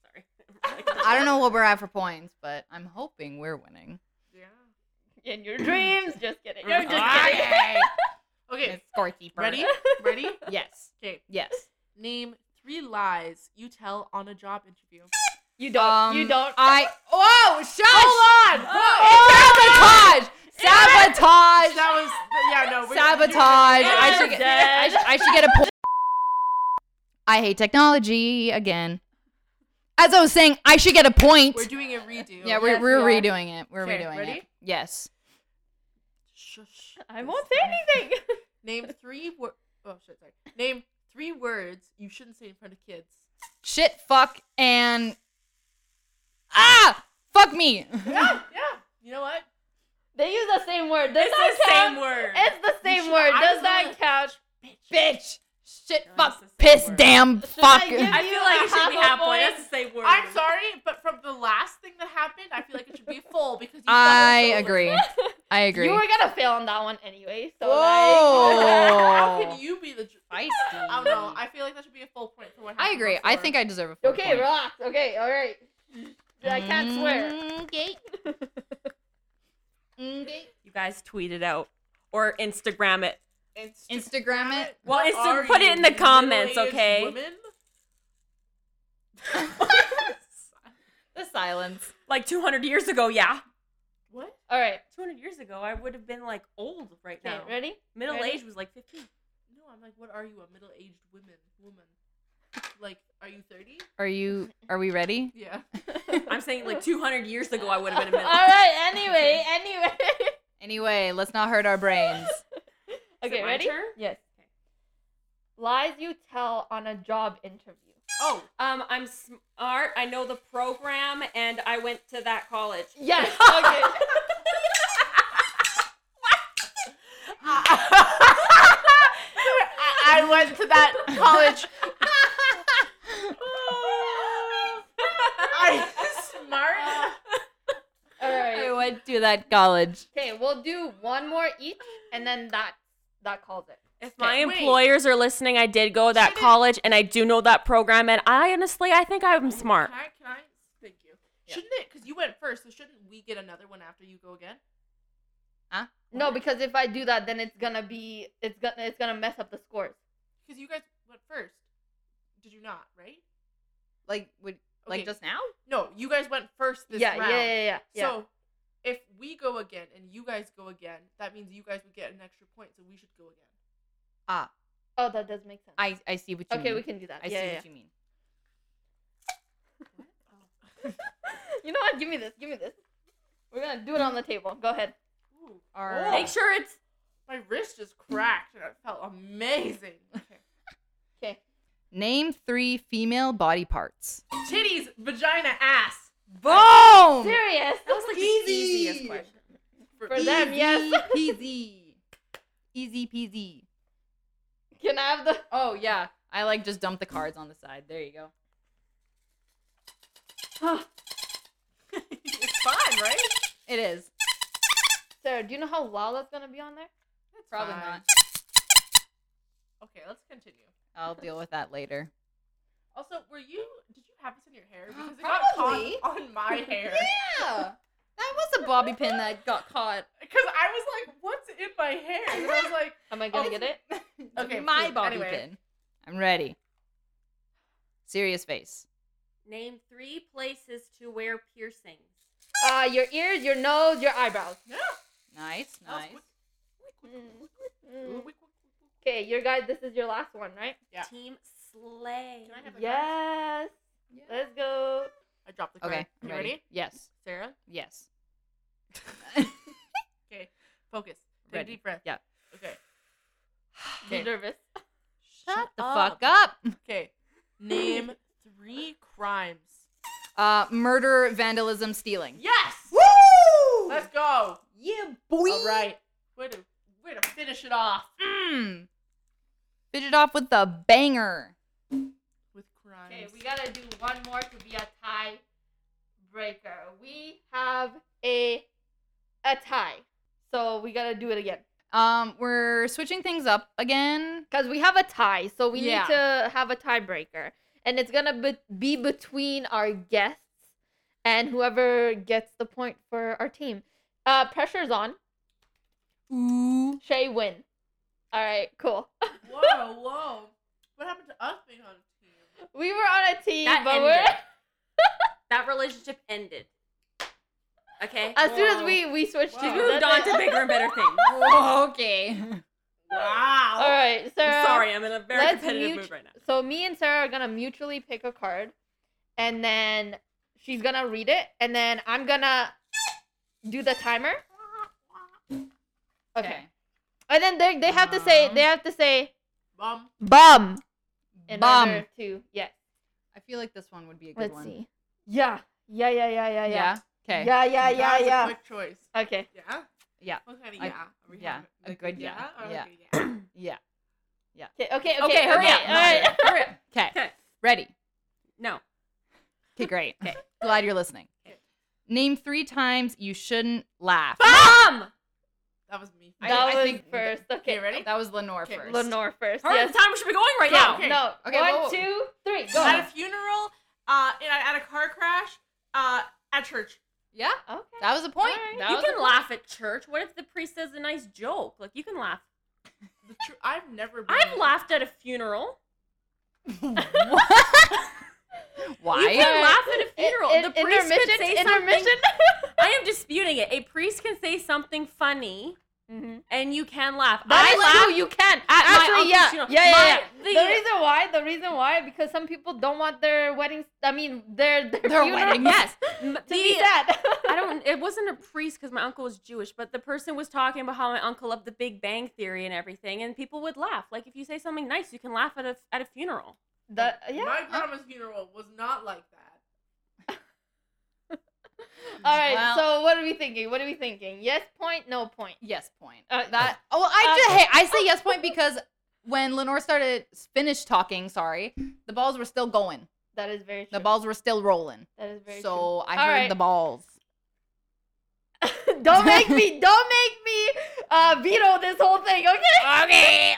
Speaker 2: Sorry. (laughs)
Speaker 4: I don't know what we're at for points, but I'm hoping we're winning.
Speaker 1: (laughs) Yeah.
Speaker 3: In your dreams. Just kidding. I'm just
Speaker 4: Uh,
Speaker 3: kidding.
Speaker 4: Okay.
Speaker 1: Okay.
Speaker 4: Scorekeeper. (laughs)
Speaker 1: Ready? Ready?
Speaker 4: Yes.
Speaker 1: Okay.
Speaker 4: Yes.
Speaker 1: Name three lies you tell on a job
Speaker 4: (laughs)
Speaker 1: interview.
Speaker 3: You don't.
Speaker 4: Um,
Speaker 3: you don't.
Speaker 4: I. Oh, shush! Hold on. sabotage. Sabotage.
Speaker 1: That was yeah no we're-
Speaker 4: Sabotage.
Speaker 1: you're-
Speaker 4: I should get.
Speaker 3: dead.
Speaker 4: I should, I should get a point. I hate technology again. As I was saying, I should get a point.
Speaker 1: We're doing a redo.
Speaker 4: yeah, we're,
Speaker 3: Yes,
Speaker 4: we're
Speaker 3: we are.
Speaker 4: redoing it. We're
Speaker 1: Okay,
Speaker 4: redoing it.
Speaker 1: ready?
Speaker 4: Yes.
Speaker 1: Shush.
Speaker 3: I won't say anything.
Speaker 1: (laughs) Name three wor- Oh shit, sorry. Name three words you shouldn't say in front of kids.
Speaker 4: Shit. Fuck. And. Ah. Fuck me.
Speaker 1: Yeah, Ah, yeah. You know what?
Speaker 3: (laughs) they use the same word. Does that
Speaker 2: It's the
Speaker 3: count?
Speaker 2: same word.
Speaker 3: It's the same
Speaker 1: should-
Speaker 3: word.
Speaker 1: I
Speaker 3: Does
Speaker 1: was
Speaker 3: that
Speaker 1: gonna-
Speaker 3: count?
Speaker 4: Bitch. Shit.
Speaker 2: No, it's
Speaker 4: Fuck.
Speaker 2: the same
Speaker 4: Piss.
Speaker 2: word.
Speaker 4: Damn.
Speaker 3: Should
Speaker 4: Fuck.
Speaker 3: I give-
Speaker 2: I feel like it should be
Speaker 3: Half a
Speaker 2: half point.
Speaker 3: point.
Speaker 2: That's the same word.
Speaker 1: I'm sorry, but from the last thing that happened, I feel like it should be a full because you fucked us
Speaker 4: I
Speaker 1: over.
Speaker 4: agree. I agree.
Speaker 3: You were gonna fail on that one anyway. So
Speaker 1: (laughs)
Speaker 3: (laughs)
Speaker 1: How
Speaker 4: Whoa.
Speaker 1: can you be the? ju-
Speaker 4: Oh. Feisty.
Speaker 1: I don't know. I feel like that should be a full point for what.
Speaker 4: I
Speaker 1: happened
Speaker 4: agree. I
Speaker 1: before.
Speaker 4: think I deserve a full
Speaker 3: like. Okay,
Speaker 4: point.
Speaker 3: relax. Okay, all right. I can't
Speaker 2: Mm.
Speaker 3: swear.
Speaker 4: Okay. okay.
Speaker 2: (laughs) You guys tweet it out or Instagram it.
Speaker 1: Insta-
Speaker 4: Instagram it.
Speaker 2: Well,
Speaker 1: What
Speaker 2: Insta-
Speaker 1: are
Speaker 2: put it
Speaker 1: you,
Speaker 2: in the comments,
Speaker 1: middle-aged
Speaker 2: okay?
Speaker 1: Woman?
Speaker 4: The silence.
Speaker 2: Like 200 years ago, yeah.
Speaker 1: What?
Speaker 3: All right.
Speaker 2: 200 years ago, I would have been like old right
Speaker 3: Okay,
Speaker 2: now.
Speaker 3: ready?
Speaker 2: Middle
Speaker 3: Ready?
Speaker 2: age was like 15.
Speaker 1: No, I'm like, what are you, a middle-aged woman? Woman? Like, are you thirty?
Speaker 4: Are you? Are we ready?
Speaker 1: Yeah.
Speaker 2: (laughs) I'm
Speaker 3: (laughs)
Speaker 2: saying like 200 years ago, I would have been a
Speaker 3: All
Speaker 2: middle (laughs)
Speaker 3: right. Anyway, anyway. (laughs)
Speaker 4: Anyway, let's not hurt our (laughs) brains.
Speaker 2: Is it
Speaker 3: okay,
Speaker 2: my
Speaker 3: ready?
Speaker 2: turn?
Speaker 3: Yes.
Speaker 2: Okay.
Speaker 3: Lies you tell on a job interview.
Speaker 2: Oh, um, I'm smart. I know the program, and I went to that college.
Speaker 3: Yes. (laughs)
Speaker 2: (laughs)
Speaker 3: Okay. I, I went to that
Speaker 1: (laughs)
Speaker 3: college.
Speaker 1: Are you smart?
Speaker 3: All
Speaker 4: I
Speaker 3: right.
Speaker 4: went to that college.
Speaker 3: Okay, we'll do one more each, and then that that calls it.
Speaker 2: If my
Speaker 1: Okay, wait.
Speaker 2: employers are listening, I did go to that
Speaker 1: Shouldn't-
Speaker 2: college, and I do know that program. And I honestly, I think I'm smart.
Speaker 1: Can I? Can I? Thank you. Shouldn't it? Because you went first, so shouldn't we get another one after you go again?
Speaker 3: No, because if I do that, then it's gonna be it's gonna it's gonna mess up the scores.
Speaker 1: Because you guys went first. Did you not? Right?
Speaker 4: Like, would like
Speaker 1: Okay.
Speaker 4: just now?
Speaker 1: No, you guys went first this
Speaker 3: yeah,
Speaker 1: round.
Speaker 3: yeah, yeah, yeah, yeah.
Speaker 1: So if we go again and you guys go again, that means you guys would get an extra point, so we should go again.
Speaker 3: oh, that does make sense.
Speaker 4: I I see what you mean.
Speaker 3: okay, we can do that.
Speaker 4: I
Speaker 3: yeah,
Speaker 4: see
Speaker 3: yeah,
Speaker 4: what you mean.
Speaker 3: yeah. (laughs) You know what? Give me this. Give me this. We're gonna do it on the table. Go ahead.
Speaker 1: Ooh.
Speaker 4: All
Speaker 1: Oh.
Speaker 2: Make sure it's
Speaker 1: My wrist just cracked and it felt amazing.
Speaker 3: Okay.
Speaker 4: Name three female body parts.
Speaker 1: Titties, vagina, ass.
Speaker 3: Oh
Speaker 4: Boom.
Speaker 3: Serious.
Speaker 2: that was like the easiest question.
Speaker 3: For them,
Speaker 4: (laughs)
Speaker 3: yes.
Speaker 4: Easy peasy. Easy peasy.
Speaker 3: (laughs) Can I have the?
Speaker 4: Oh yeah, I like just dump the cards on the side. There you (sighs) go.
Speaker 1: it's fine, right?
Speaker 4: It is
Speaker 3: Sarah, do you know how Lala's gonna be on there?
Speaker 1: That's
Speaker 4: probably
Speaker 1: fine.
Speaker 4: not.
Speaker 1: Okay, let's continue.
Speaker 4: I'll deal with that later.
Speaker 1: Also, were you? Did you have this in your
Speaker 4: (gasps)
Speaker 1: hair? Because it got
Speaker 4: Probably.
Speaker 1: caught on
Speaker 4: (laughs)
Speaker 1: my hair.
Speaker 4: Yeah, that was a bobby pin that got caught.
Speaker 1: Because I was like, "What's in my hair?" And I was
Speaker 4: (laughs)
Speaker 1: like,
Speaker 3: Am I gonna
Speaker 1: Oh.
Speaker 3: get it?
Speaker 1: (laughs) Okay,
Speaker 4: my
Speaker 1: please,
Speaker 4: bobby
Speaker 1: anyway.
Speaker 4: pin. I'm ready. Serious face.
Speaker 2: Name three places to wear piercings.
Speaker 3: Uh, your ears, your nose, your eyebrows.
Speaker 1: (gasps) "Yeah."
Speaker 4: Nice,
Speaker 1: that was
Speaker 4: nice.
Speaker 1: quick. Quick, quick,
Speaker 3: Mm.
Speaker 1: quick, quick, quick, quick, quick, quick.
Speaker 3: Okay, your guys, this is your last one, right?
Speaker 1: Yeah.
Speaker 2: Team Slay.
Speaker 1: Can I have a-
Speaker 3: Yes. Let's go.
Speaker 1: I dropped the card.
Speaker 4: Okay, I'm
Speaker 1: you ready?
Speaker 4: Yes,
Speaker 1: Sarah?
Speaker 4: yes. (laughs)
Speaker 1: Okay, focus. Take
Speaker 4: Ready.
Speaker 1: a deep breath.
Speaker 4: Yeah. (laughs)
Speaker 1: Okay.
Speaker 3: Be
Speaker 1: Okay.
Speaker 3: nervous.
Speaker 4: Shut the fuck up.
Speaker 1: Okay. Name three crimes.
Speaker 4: (gasps) Uh, murder, vandalism, stealing.
Speaker 1: Yes.
Speaker 4: Woo!
Speaker 1: Let's go.
Speaker 4: yeah, boy.
Speaker 1: All right. Way to way to finish it off
Speaker 4: Mm. Fidget off with the banger.
Speaker 1: with crimes.
Speaker 3: Okay, we gotta do one more to be a tie breaker. We have a a tie, so we gotta do it again
Speaker 4: Um, we're switching things up again.
Speaker 3: because we have a tie. So we
Speaker 4: Yeah.
Speaker 3: need to have a tiebreaker, and it's gonna be-, be between our guests and whoever gets the point for our team. Uh, pressure's on.
Speaker 4: Ooh.
Speaker 3: Shay win. All right, cool. (laughs)
Speaker 1: whoa, whoa. What happened to us being on a team?
Speaker 3: We were on a team,
Speaker 2: That
Speaker 3: but
Speaker 2: ended.
Speaker 3: we're.
Speaker 2: (laughs) That relationship ended. Okay.
Speaker 3: As soon as
Speaker 1: Whoa.
Speaker 3: we we switched
Speaker 1: Wow.
Speaker 2: She
Speaker 3: teams,
Speaker 1: Wow.
Speaker 2: moved on
Speaker 3: Oh, that's
Speaker 2: to
Speaker 3: it.
Speaker 2: bigger and better things.
Speaker 4: (laughs) okay.
Speaker 1: Wow.
Speaker 3: (laughs) All right, Sarah.
Speaker 2: I'm sorry, I'm in a very
Speaker 3: let's
Speaker 2: competitive
Speaker 3: mute-
Speaker 2: mood right now.
Speaker 3: So me and Sarah are gonna mutually pick a card, and then she's gonna read it, and then I'm gonna do the timer. Okay.
Speaker 4: Okay.
Speaker 3: And then they they have to say
Speaker 4: Um.
Speaker 3: they have to say
Speaker 1: Bum.
Speaker 3: Uh, bum in
Speaker 4: Bum.
Speaker 3: order to yes.
Speaker 4: I feel like this one would be a good
Speaker 3: Let's
Speaker 4: one.
Speaker 3: see. Yeah. Yeah. Yeah. Yeah. Yeah. Yeah.
Speaker 4: Yeah. Okay.
Speaker 3: Yeah. Yeah. Yeah.
Speaker 1: That was
Speaker 3: Yeah.
Speaker 1: A quick choice.
Speaker 3: Okay.
Speaker 1: Yeah.
Speaker 4: Yeah.
Speaker 1: What kind of
Speaker 4: I-
Speaker 1: yeah? Are we
Speaker 4: yeah,
Speaker 1: having,
Speaker 4: a good yeah,
Speaker 1: or like
Speaker 4: yeah.
Speaker 1: a yeah?
Speaker 4: Yeah.
Speaker 3: Okay. Okay. Okay.
Speaker 2: Okay,
Speaker 3: Okay.
Speaker 2: hurry up.
Speaker 3: All
Speaker 4: (laughs)
Speaker 3: right.
Speaker 2: Hurry up.
Speaker 4: Okay.
Speaker 2: Okay.
Speaker 4: Ready.
Speaker 2: No.
Speaker 4: Okay. Great. Okay. Glad you're listening. Name three times you shouldn't laugh.
Speaker 2: Bum!
Speaker 1: That was me.
Speaker 4: I-
Speaker 3: That
Speaker 4: I
Speaker 3: was
Speaker 4: think-
Speaker 3: first. Okay.
Speaker 1: okay, ready?
Speaker 4: That was Lenore
Speaker 1: Okay.
Speaker 4: first.
Speaker 3: Lenore first.
Speaker 2: Hurry
Speaker 3: yes.
Speaker 2: the time we should be going right
Speaker 1: Go.
Speaker 2: now.
Speaker 1: Okay.
Speaker 3: No.
Speaker 4: Okay,
Speaker 3: One,
Speaker 4: whoa.
Speaker 3: two, three.
Speaker 1: At
Speaker 3: Go.
Speaker 1: a funeral, uh, and I- at a car crash, Uh, at church.
Speaker 5: Yeah.
Speaker 3: Okay.
Speaker 4: That was the point.
Speaker 3: All right.
Speaker 5: That
Speaker 2: you
Speaker 5: was a
Speaker 2: can laugh at church. What if the priest says a nice joke? Like you can laugh.
Speaker 1: The tr- I've never. Been
Speaker 2: I've laughed at a funeral.
Speaker 4: (laughs) Why?
Speaker 2: You can laugh at a funeral.
Speaker 3: In-
Speaker 2: the
Speaker 3: in-
Speaker 2: priest could
Speaker 3: intermission-
Speaker 2: say
Speaker 3: intermission.
Speaker 2: something. (laughs) I am disputing it. A priest can say something funny,
Speaker 3: Mhm.
Speaker 2: and you can laugh.
Speaker 3: That
Speaker 2: I
Speaker 3: is
Speaker 2: laugh
Speaker 3: true. You can
Speaker 2: at my
Speaker 3: actually.
Speaker 2: uncle's
Speaker 3: yeah.
Speaker 2: funeral.
Speaker 3: yeah. Yeah.
Speaker 2: My-
Speaker 3: Yeah.
Speaker 2: the-
Speaker 3: the reason why, the reason why, because some people don't want their weddings. I mean, their their,
Speaker 4: Their
Speaker 3: funeral (laughs)
Speaker 4: wedding.
Speaker 2: yes,
Speaker 3: to
Speaker 2: the-
Speaker 3: be sad.
Speaker 2: I don't. It wasn't a priest because my uncle was Jewish, but the person was talking about how my uncle loved The Big Bang Theory and everything, and people would laugh. Like if you say something nice, you can laugh at a at a funeral.
Speaker 3: (laughs) The, yeah.
Speaker 1: My grandma's funeral was not like that.
Speaker 3: All right.
Speaker 4: Well-
Speaker 3: so what are we thinking? What are we thinking? Yes point. No point.
Speaker 4: Yes, point.
Speaker 3: Uh,
Speaker 4: that. Oh, well, I
Speaker 3: uh,
Speaker 4: just hey, I say yes point because when Lenore started finished talking, sorry, the balls were still going.
Speaker 3: That is very. True.
Speaker 4: The balls were still rolling.
Speaker 3: That is very.
Speaker 4: so
Speaker 3: true. All
Speaker 4: I heard
Speaker 3: right.
Speaker 4: the balls. (laughs)
Speaker 3: (laughs) don't make me. Don't make me uh, veto this whole thing. Okay.
Speaker 4: Okay,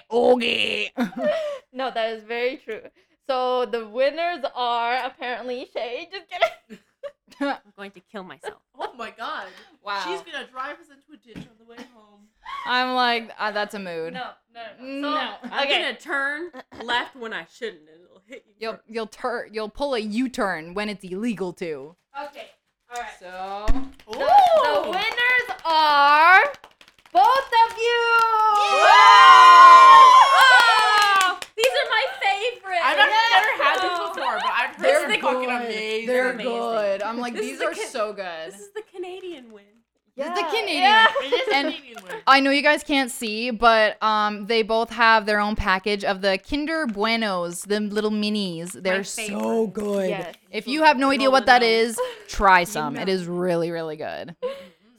Speaker 4: (laughs) okay.
Speaker 3: No, that is very true. So the winners are apparently Shay. Just kidding.
Speaker 2: I'm going to kill myself.
Speaker 1: Oh my god.
Speaker 4: Wow.
Speaker 1: She's gonna drive us into a ditch on the way home.
Speaker 4: I'm like, ah, that's a mood.
Speaker 3: no,
Speaker 4: No.
Speaker 3: So,
Speaker 2: I'm
Speaker 3: okay.
Speaker 2: gonna turn left when I shouldn't, and it'll hit you.
Speaker 4: You'll you'll tur- you'll pull a U-turn when it's illegal to.
Speaker 3: Okay. All right.
Speaker 4: So
Speaker 1: Ooh.
Speaker 3: The, the winners are both of you.
Speaker 2: Oh! These are my favorites.
Speaker 1: I've actually never had this before, but I've heard
Speaker 4: they're
Speaker 1: they're, fucking amazing.
Speaker 4: They're
Speaker 2: amazing.
Speaker 4: good. I'm like,
Speaker 2: This
Speaker 4: these
Speaker 2: is a
Speaker 4: are
Speaker 2: ca-
Speaker 4: so good.
Speaker 2: This is the Canadian win.
Speaker 4: This is the Canadian
Speaker 1: It is
Speaker 4: And-
Speaker 1: Canadian
Speaker 4: (laughs)
Speaker 1: way.
Speaker 4: I know you guys can't see, but um, they both have their own package of the Kinder Buenos, the little minis. They're so
Speaker 2: favorite.
Speaker 4: good.
Speaker 3: Yes.
Speaker 4: If you have no idea what that is, try some.
Speaker 1: know.
Speaker 4: It is really, really good.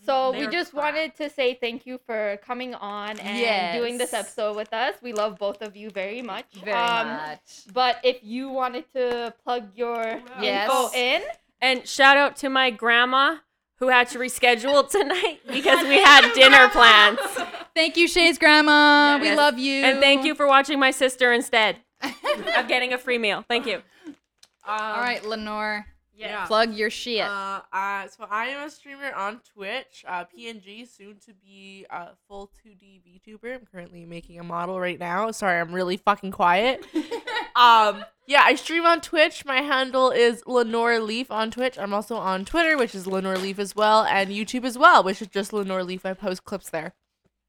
Speaker 3: So we
Speaker 2: They're
Speaker 3: just
Speaker 2: crap.
Speaker 3: wanted to say thank you for coming on and doing this
Speaker 4: Yes.
Speaker 3: episode with us. We love both of you very much. Um,
Speaker 4: Very much.
Speaker 3: But if you wanted to plug your
Speaker 4: Yes.
Speaker 3: info in,
Speaker 2: And shout out to my grandma who had to reschedule (laughs) tonight because we had dinner plans.
Speaker 4: Thank you, Shay's grandma. We
Speaker 2: Yes.
Speaker 4: love you.
Speaker 2: And thank you for watching my sister instead of getting a free meal. Thank you.
Speaker 1: Um,
Speaker 4: (laughs) All right, Lenore,
Speaker 1: Yeah.
Speaker 4: plug your shit.
Speaker 1: Uh, uh, so I am a streamer on Twitch, uh, PNG, soon to be a full 2D VTuber. I'm currently making a model right now. Sorry, I'm really fucking
Speaker 3: (laughs)
Speaker 1: quiet. um, yeah, I stream on Twitch. My handle is Lenore Leaf on Twitch. I'm also on Twitter, which is Lenore Leaf as well, and YouTube as well, which is just Lenore Leaf. I post clips there.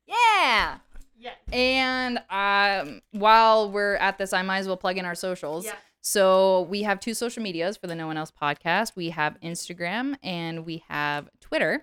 Speaker 4: yeah.
Speaker 3: Yes.
Speaker 4: And um, while we're at this, I might as well plug in our socials.
Speaker 3: Yeah.
Speaker 4: So we have two social medias for the No One Else podcast. We have Instagram and we have Twitter.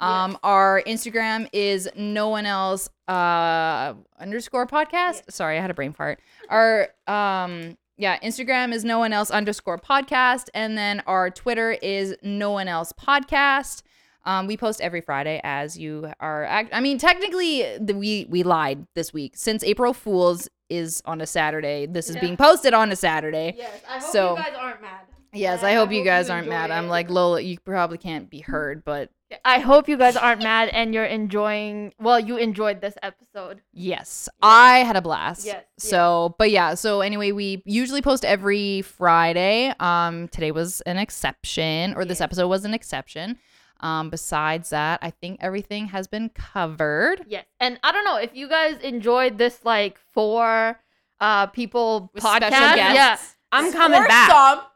Speaker 4: Um, Our Instagram is no one else uh, underscore podcast. Sorry, I had a brain fart. Our um, yeah, Instagram is no one else underscore podcast, and then our Twitter is no one else podcast. Um, we post every Friday as you are. Act- I mean, technically, the, we we lied this week since April Fools is on a Saturday. This is
Speaker 3: Yeah.
Speaker 4: being posted on a Saturday.
Speaker 3: yes, I hope
Speaker 4: So-
Speaker 3: you guys aren't mad.
Speaker 4: Yes,
Speaker 3: Yeah,
Speaker 4: I
Speaker 3: I
Speaker 4: hope you
Speaker 3: hope
Speaker 4: guys
Speaker 3: you
Speaker 4: aren't
Speaker 3: enjoy
Speaker 4: mad.
Speaker 3: it. Mm-hmm.
Speaker 4: I'm like Lola. You probably can't be heard, but
Speaker 3: I hope you guys aren't mad and you're enjoying. Well, you enjoyed this episode.
Speaker 4: Yes, I had a blast.
Speaker 3: Yes,
Speaker 4: So, but yeah. So anyway, we usually post every Friday. Um, today was an exception, or this
Speaker 3: Yeah.
Speaker 4: episode was an exception. Um, besides that, I think everything has been covered.
Speaker 3: Yes, and I don't know if you guys enjoyed this like four uh people podcast. Yeah,
Speaker 2: I'm coming
Speaker 1: Or
Speaker 2: back.
Speaker 1: some.
Speaker 3: (laughs)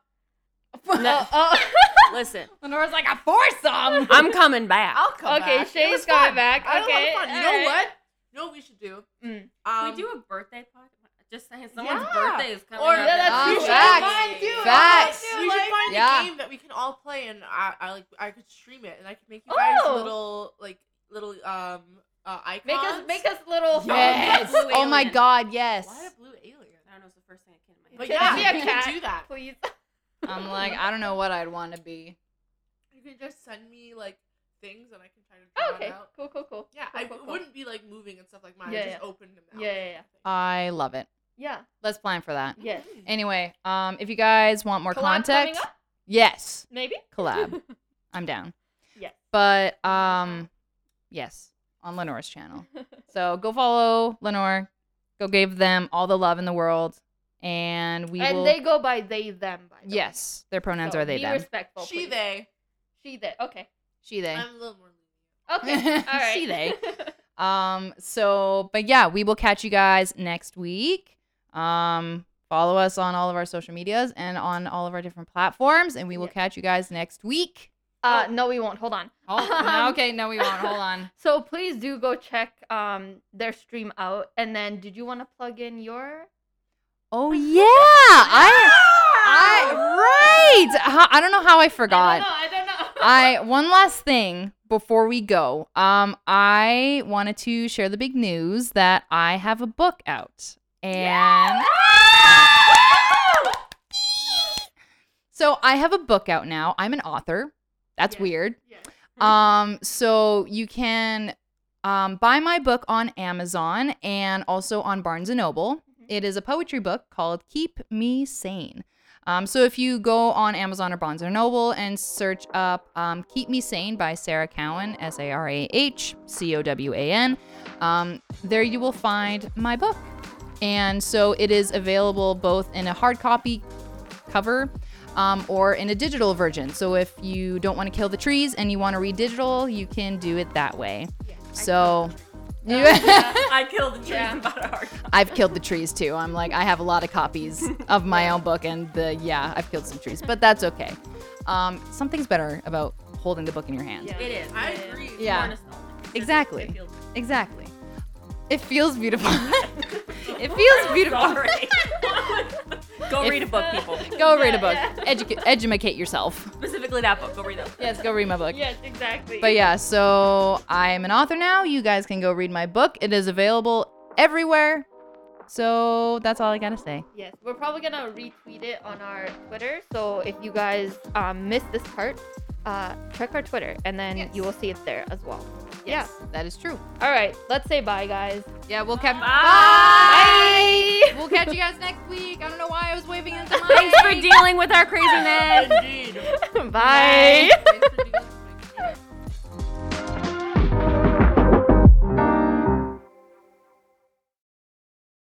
Speaker 3: No, oh,
Speaker 2: Listen,
Speaker 4: Lenore's like a foursome.
Speaker 2: I'm coming back.
Speaker 1: (laughs) I'll come
Speaker 3: okay,
Speaker 1: back. It
Speaker 3: Shay's
Speaker 1: was
Speaker 3: coming
Speaker 1: fun.
Speaker 3: back.
Speaker 1: I had a lot of
Speaker 3: okay,
Speaker 1: fun. You
Speaker 3: all
Speaker 1: know
Speaker 3: right.
Speaker 1: what? You know what we should do?
Speaker 3: Mm.
Speaker 1: Um,
Speaker 2: we do a birthday podcast? Just saying
Speaker 1: someone's
Speaker 2: someone's
Speaker 1: birthday
Speaker 2: birthday is coming Oh,
Speaker 1: coming
Speaker 3: Yeah,
Speaker 1: up.
Speaker 3: that's
Speaker 4: Ah,
Speaker 3: true.
Speaker 4: facts.
Speaker 3: Mine too.
Speaker 4: Facts.
Speaker 3: Mine too,
Speaker 1: uh, we
Speaker 3: like-
Speaker 1: should find
Speaker 4: Yeah.
Speaker 1: a game that we can all play, and I, I like I could stream it, and I could make you guys
Speaker 3: Oh.
Speaker 1: little like little um uh, icons.
Speaker 3: Make us make us little
Speaker 4: Yes.
Speaker 2: Blue
Speaker 4: (laughs) oh my
Speaker 2: alien.
Speaker 4: God. Yes.
Speaker 1: Why a blue alien?
Speaker 2: I don't know. It's the first thing that came to my
Speaker 1: But
Speaker 2: head.
Speaker 1: yeah,
Speaker 3: be
Speaker 1: you
Speaker 3: a
Speaker 2: (laughs)
Speaker 3: cat?
Speaker 1: can do that.
Speaker 3: please.
Speaker 4: I'm like I don't know what I'd want to be.
Speaker 1: You can just send me like things, and I can try to
Speaker 3: Oh,
Speaker 1: draw
Speaker 3: okay,
Speaker 1: it out.
Speaker 3: cool, cool, cool.
Speaker 1: Yeah,
Speaker 3: cool,
Speaker 1: I
Speaker 3: cool, cool.
Speaker 1: wouldn't be like moving and stuff like mine.
Speaker 3: Yeah,
Speaker 1: I just
Speaker 3: yeah.
Speaker 1: open them out.
Speaker 3: Yeah, yeah, Uh, yeah.
Speaker 4: I love it.
Speaker 3: Yeah.
Speaker 4: Let's plan for that.
Speaker 3: Yes.
Speaker 1: Mm.
Speaker 4: Anyway, um, if you guys want
Speaker 3: Collab
Speaker 4: more
Speaker 3: coming
Speaker 4: context,
Speaker 3: up?
Speaker 4: yes,
Speaker 3: Maybe. (laughs)
Speaker 4: collab. I'm down.
Speaker 3: Yes.
Speaker 4: But um yes, on Lenore's channel.
Speaker 3: (laughs)
Speaker 4: So go follow Lenore. Go give them all the love in the world. And we
Speaker 3: and
Speaker 4: will
Speaker 3: they go by they them. By the way.
Speaker 4: Yes. Their pronouns
Speaker 3: So
Speaker 4: are they
Speaker 3: be
Speaker 4: them.
Speaker 3: respectful.
Speaker 1: She
Speaker 3: please.
Speaker 1: they.
Speaker 3: She did. Okay.
Speaker 4: She they.
Speaker 3: Um,
Speaker 1: I'm a little more lenient.
Speaker 4: (laughs)
Speaker 3: Okay. All right. (laughs)
Speaker 4: She, they. Um, so, but yeah, we will catch you guys next week. Um, follow us on all of our social medias and on all of our different platforms, and we will
Speaker 3: Yeah.
Speaker 4: catch you guys next
Speaker 3: (laughs)
Speaker 4: week.
Speaker 3: uh, no, we won't. Hold on.
Speaker 4: Oh, no, okay, no, we won't. Hold on.
Speaker 3: So please do go check um their stream out. And then, did you want to plug in your?
Speaker 4: Oh yeah, I, I right. How- I don't know how I forgot. Uh,
Speaker 3: I don't know. I (laughs) don't know.
Speaker 4: I one last thing before we go. Um, I wanted to share the big news that I have a book out, and so I have a book out now. I'm an author. That's
Speaker 3: Yeah.
Speaker 4: weird.
Speaker 3: Yeah.
Speaker 4: (laughs) Um, so you can um, buy my book on Amazon and also on Barnes and Noble. It is a poetry book called Keep Me Sane. Um, so if you go on Amazon or Barnes and Noble and search up um, Keep Me Sane by Sarah Cowan, S A R A H C O W A N, um, there you will find my book. And so it is available both in a hard copy cover um, or in a digital version. So if you don't want to kill the trees and you want to read digital, you can do it that way. so. (laughs)
Speaker 2: I killed the trees
Speaker 3: Yeah.
Speaker 2: about a hard time.
Speaker 4: I've killed the trees too. I'm like, I have a lot of copies of my own book, and the yeah, I've killed some trees, but that's okay. Um, something's better about holding the book in your hand.
Speaker 3: Yeah.
Speaker 2: (laughs) It is.
Speaker 1: I
Speaker 2: it is.
Speaker 1: agree.
Speaker 4: Yeah.
Speaker 2: Born is not.
Speaker 4: Exactly.
Speaker 2: It feels-
Speaker 4: Exactly. It feels beautiful. (laughs) it
Speaker 2: (laughs)
Speaker 4: feels beautiful.
Speaker 2: Sorry. Go
Speaker 4: If-
Speaker 2: read a book, people.
Speaker 4: Go read a
Speaker 3: Yeah,
Speaker 4: book.
Speaker 3: yeah.
Speaker 4: Educate, educate yourself.
Speaker 2: Specifically that book. Go read that.
Speaker 4: Yes, go read my book.
Speaker 3: Yes, exactly.
Speaker 4: But yeah, so I'm an author now. You guys can go read my book. It is available everywhere. So that's all I gotta say.
Speaker 3: Yes, we're probably gonna retweet it on our Twitter. So if you guys um, missed this part, uh, check our Twitter, and then
Speaker 4: Yes.
Speaker 3: you will see it there as well.
Speaker 4: Yeah, that is true.
Speaker 3: Yeah. All right. Let's say bye, guys.
Speaker 4: Yeah, we'll catch.
Speaker 3: Bye.
Speaker 4: We'll catch you guys next week. I don't know why I was waving into my. (laughs)
Speaker 2: Thanks for dealing with our craziness.
Speaker 1: Indeed.
Speaker 3: bye. (laughs)
Speaker 1: Thanks for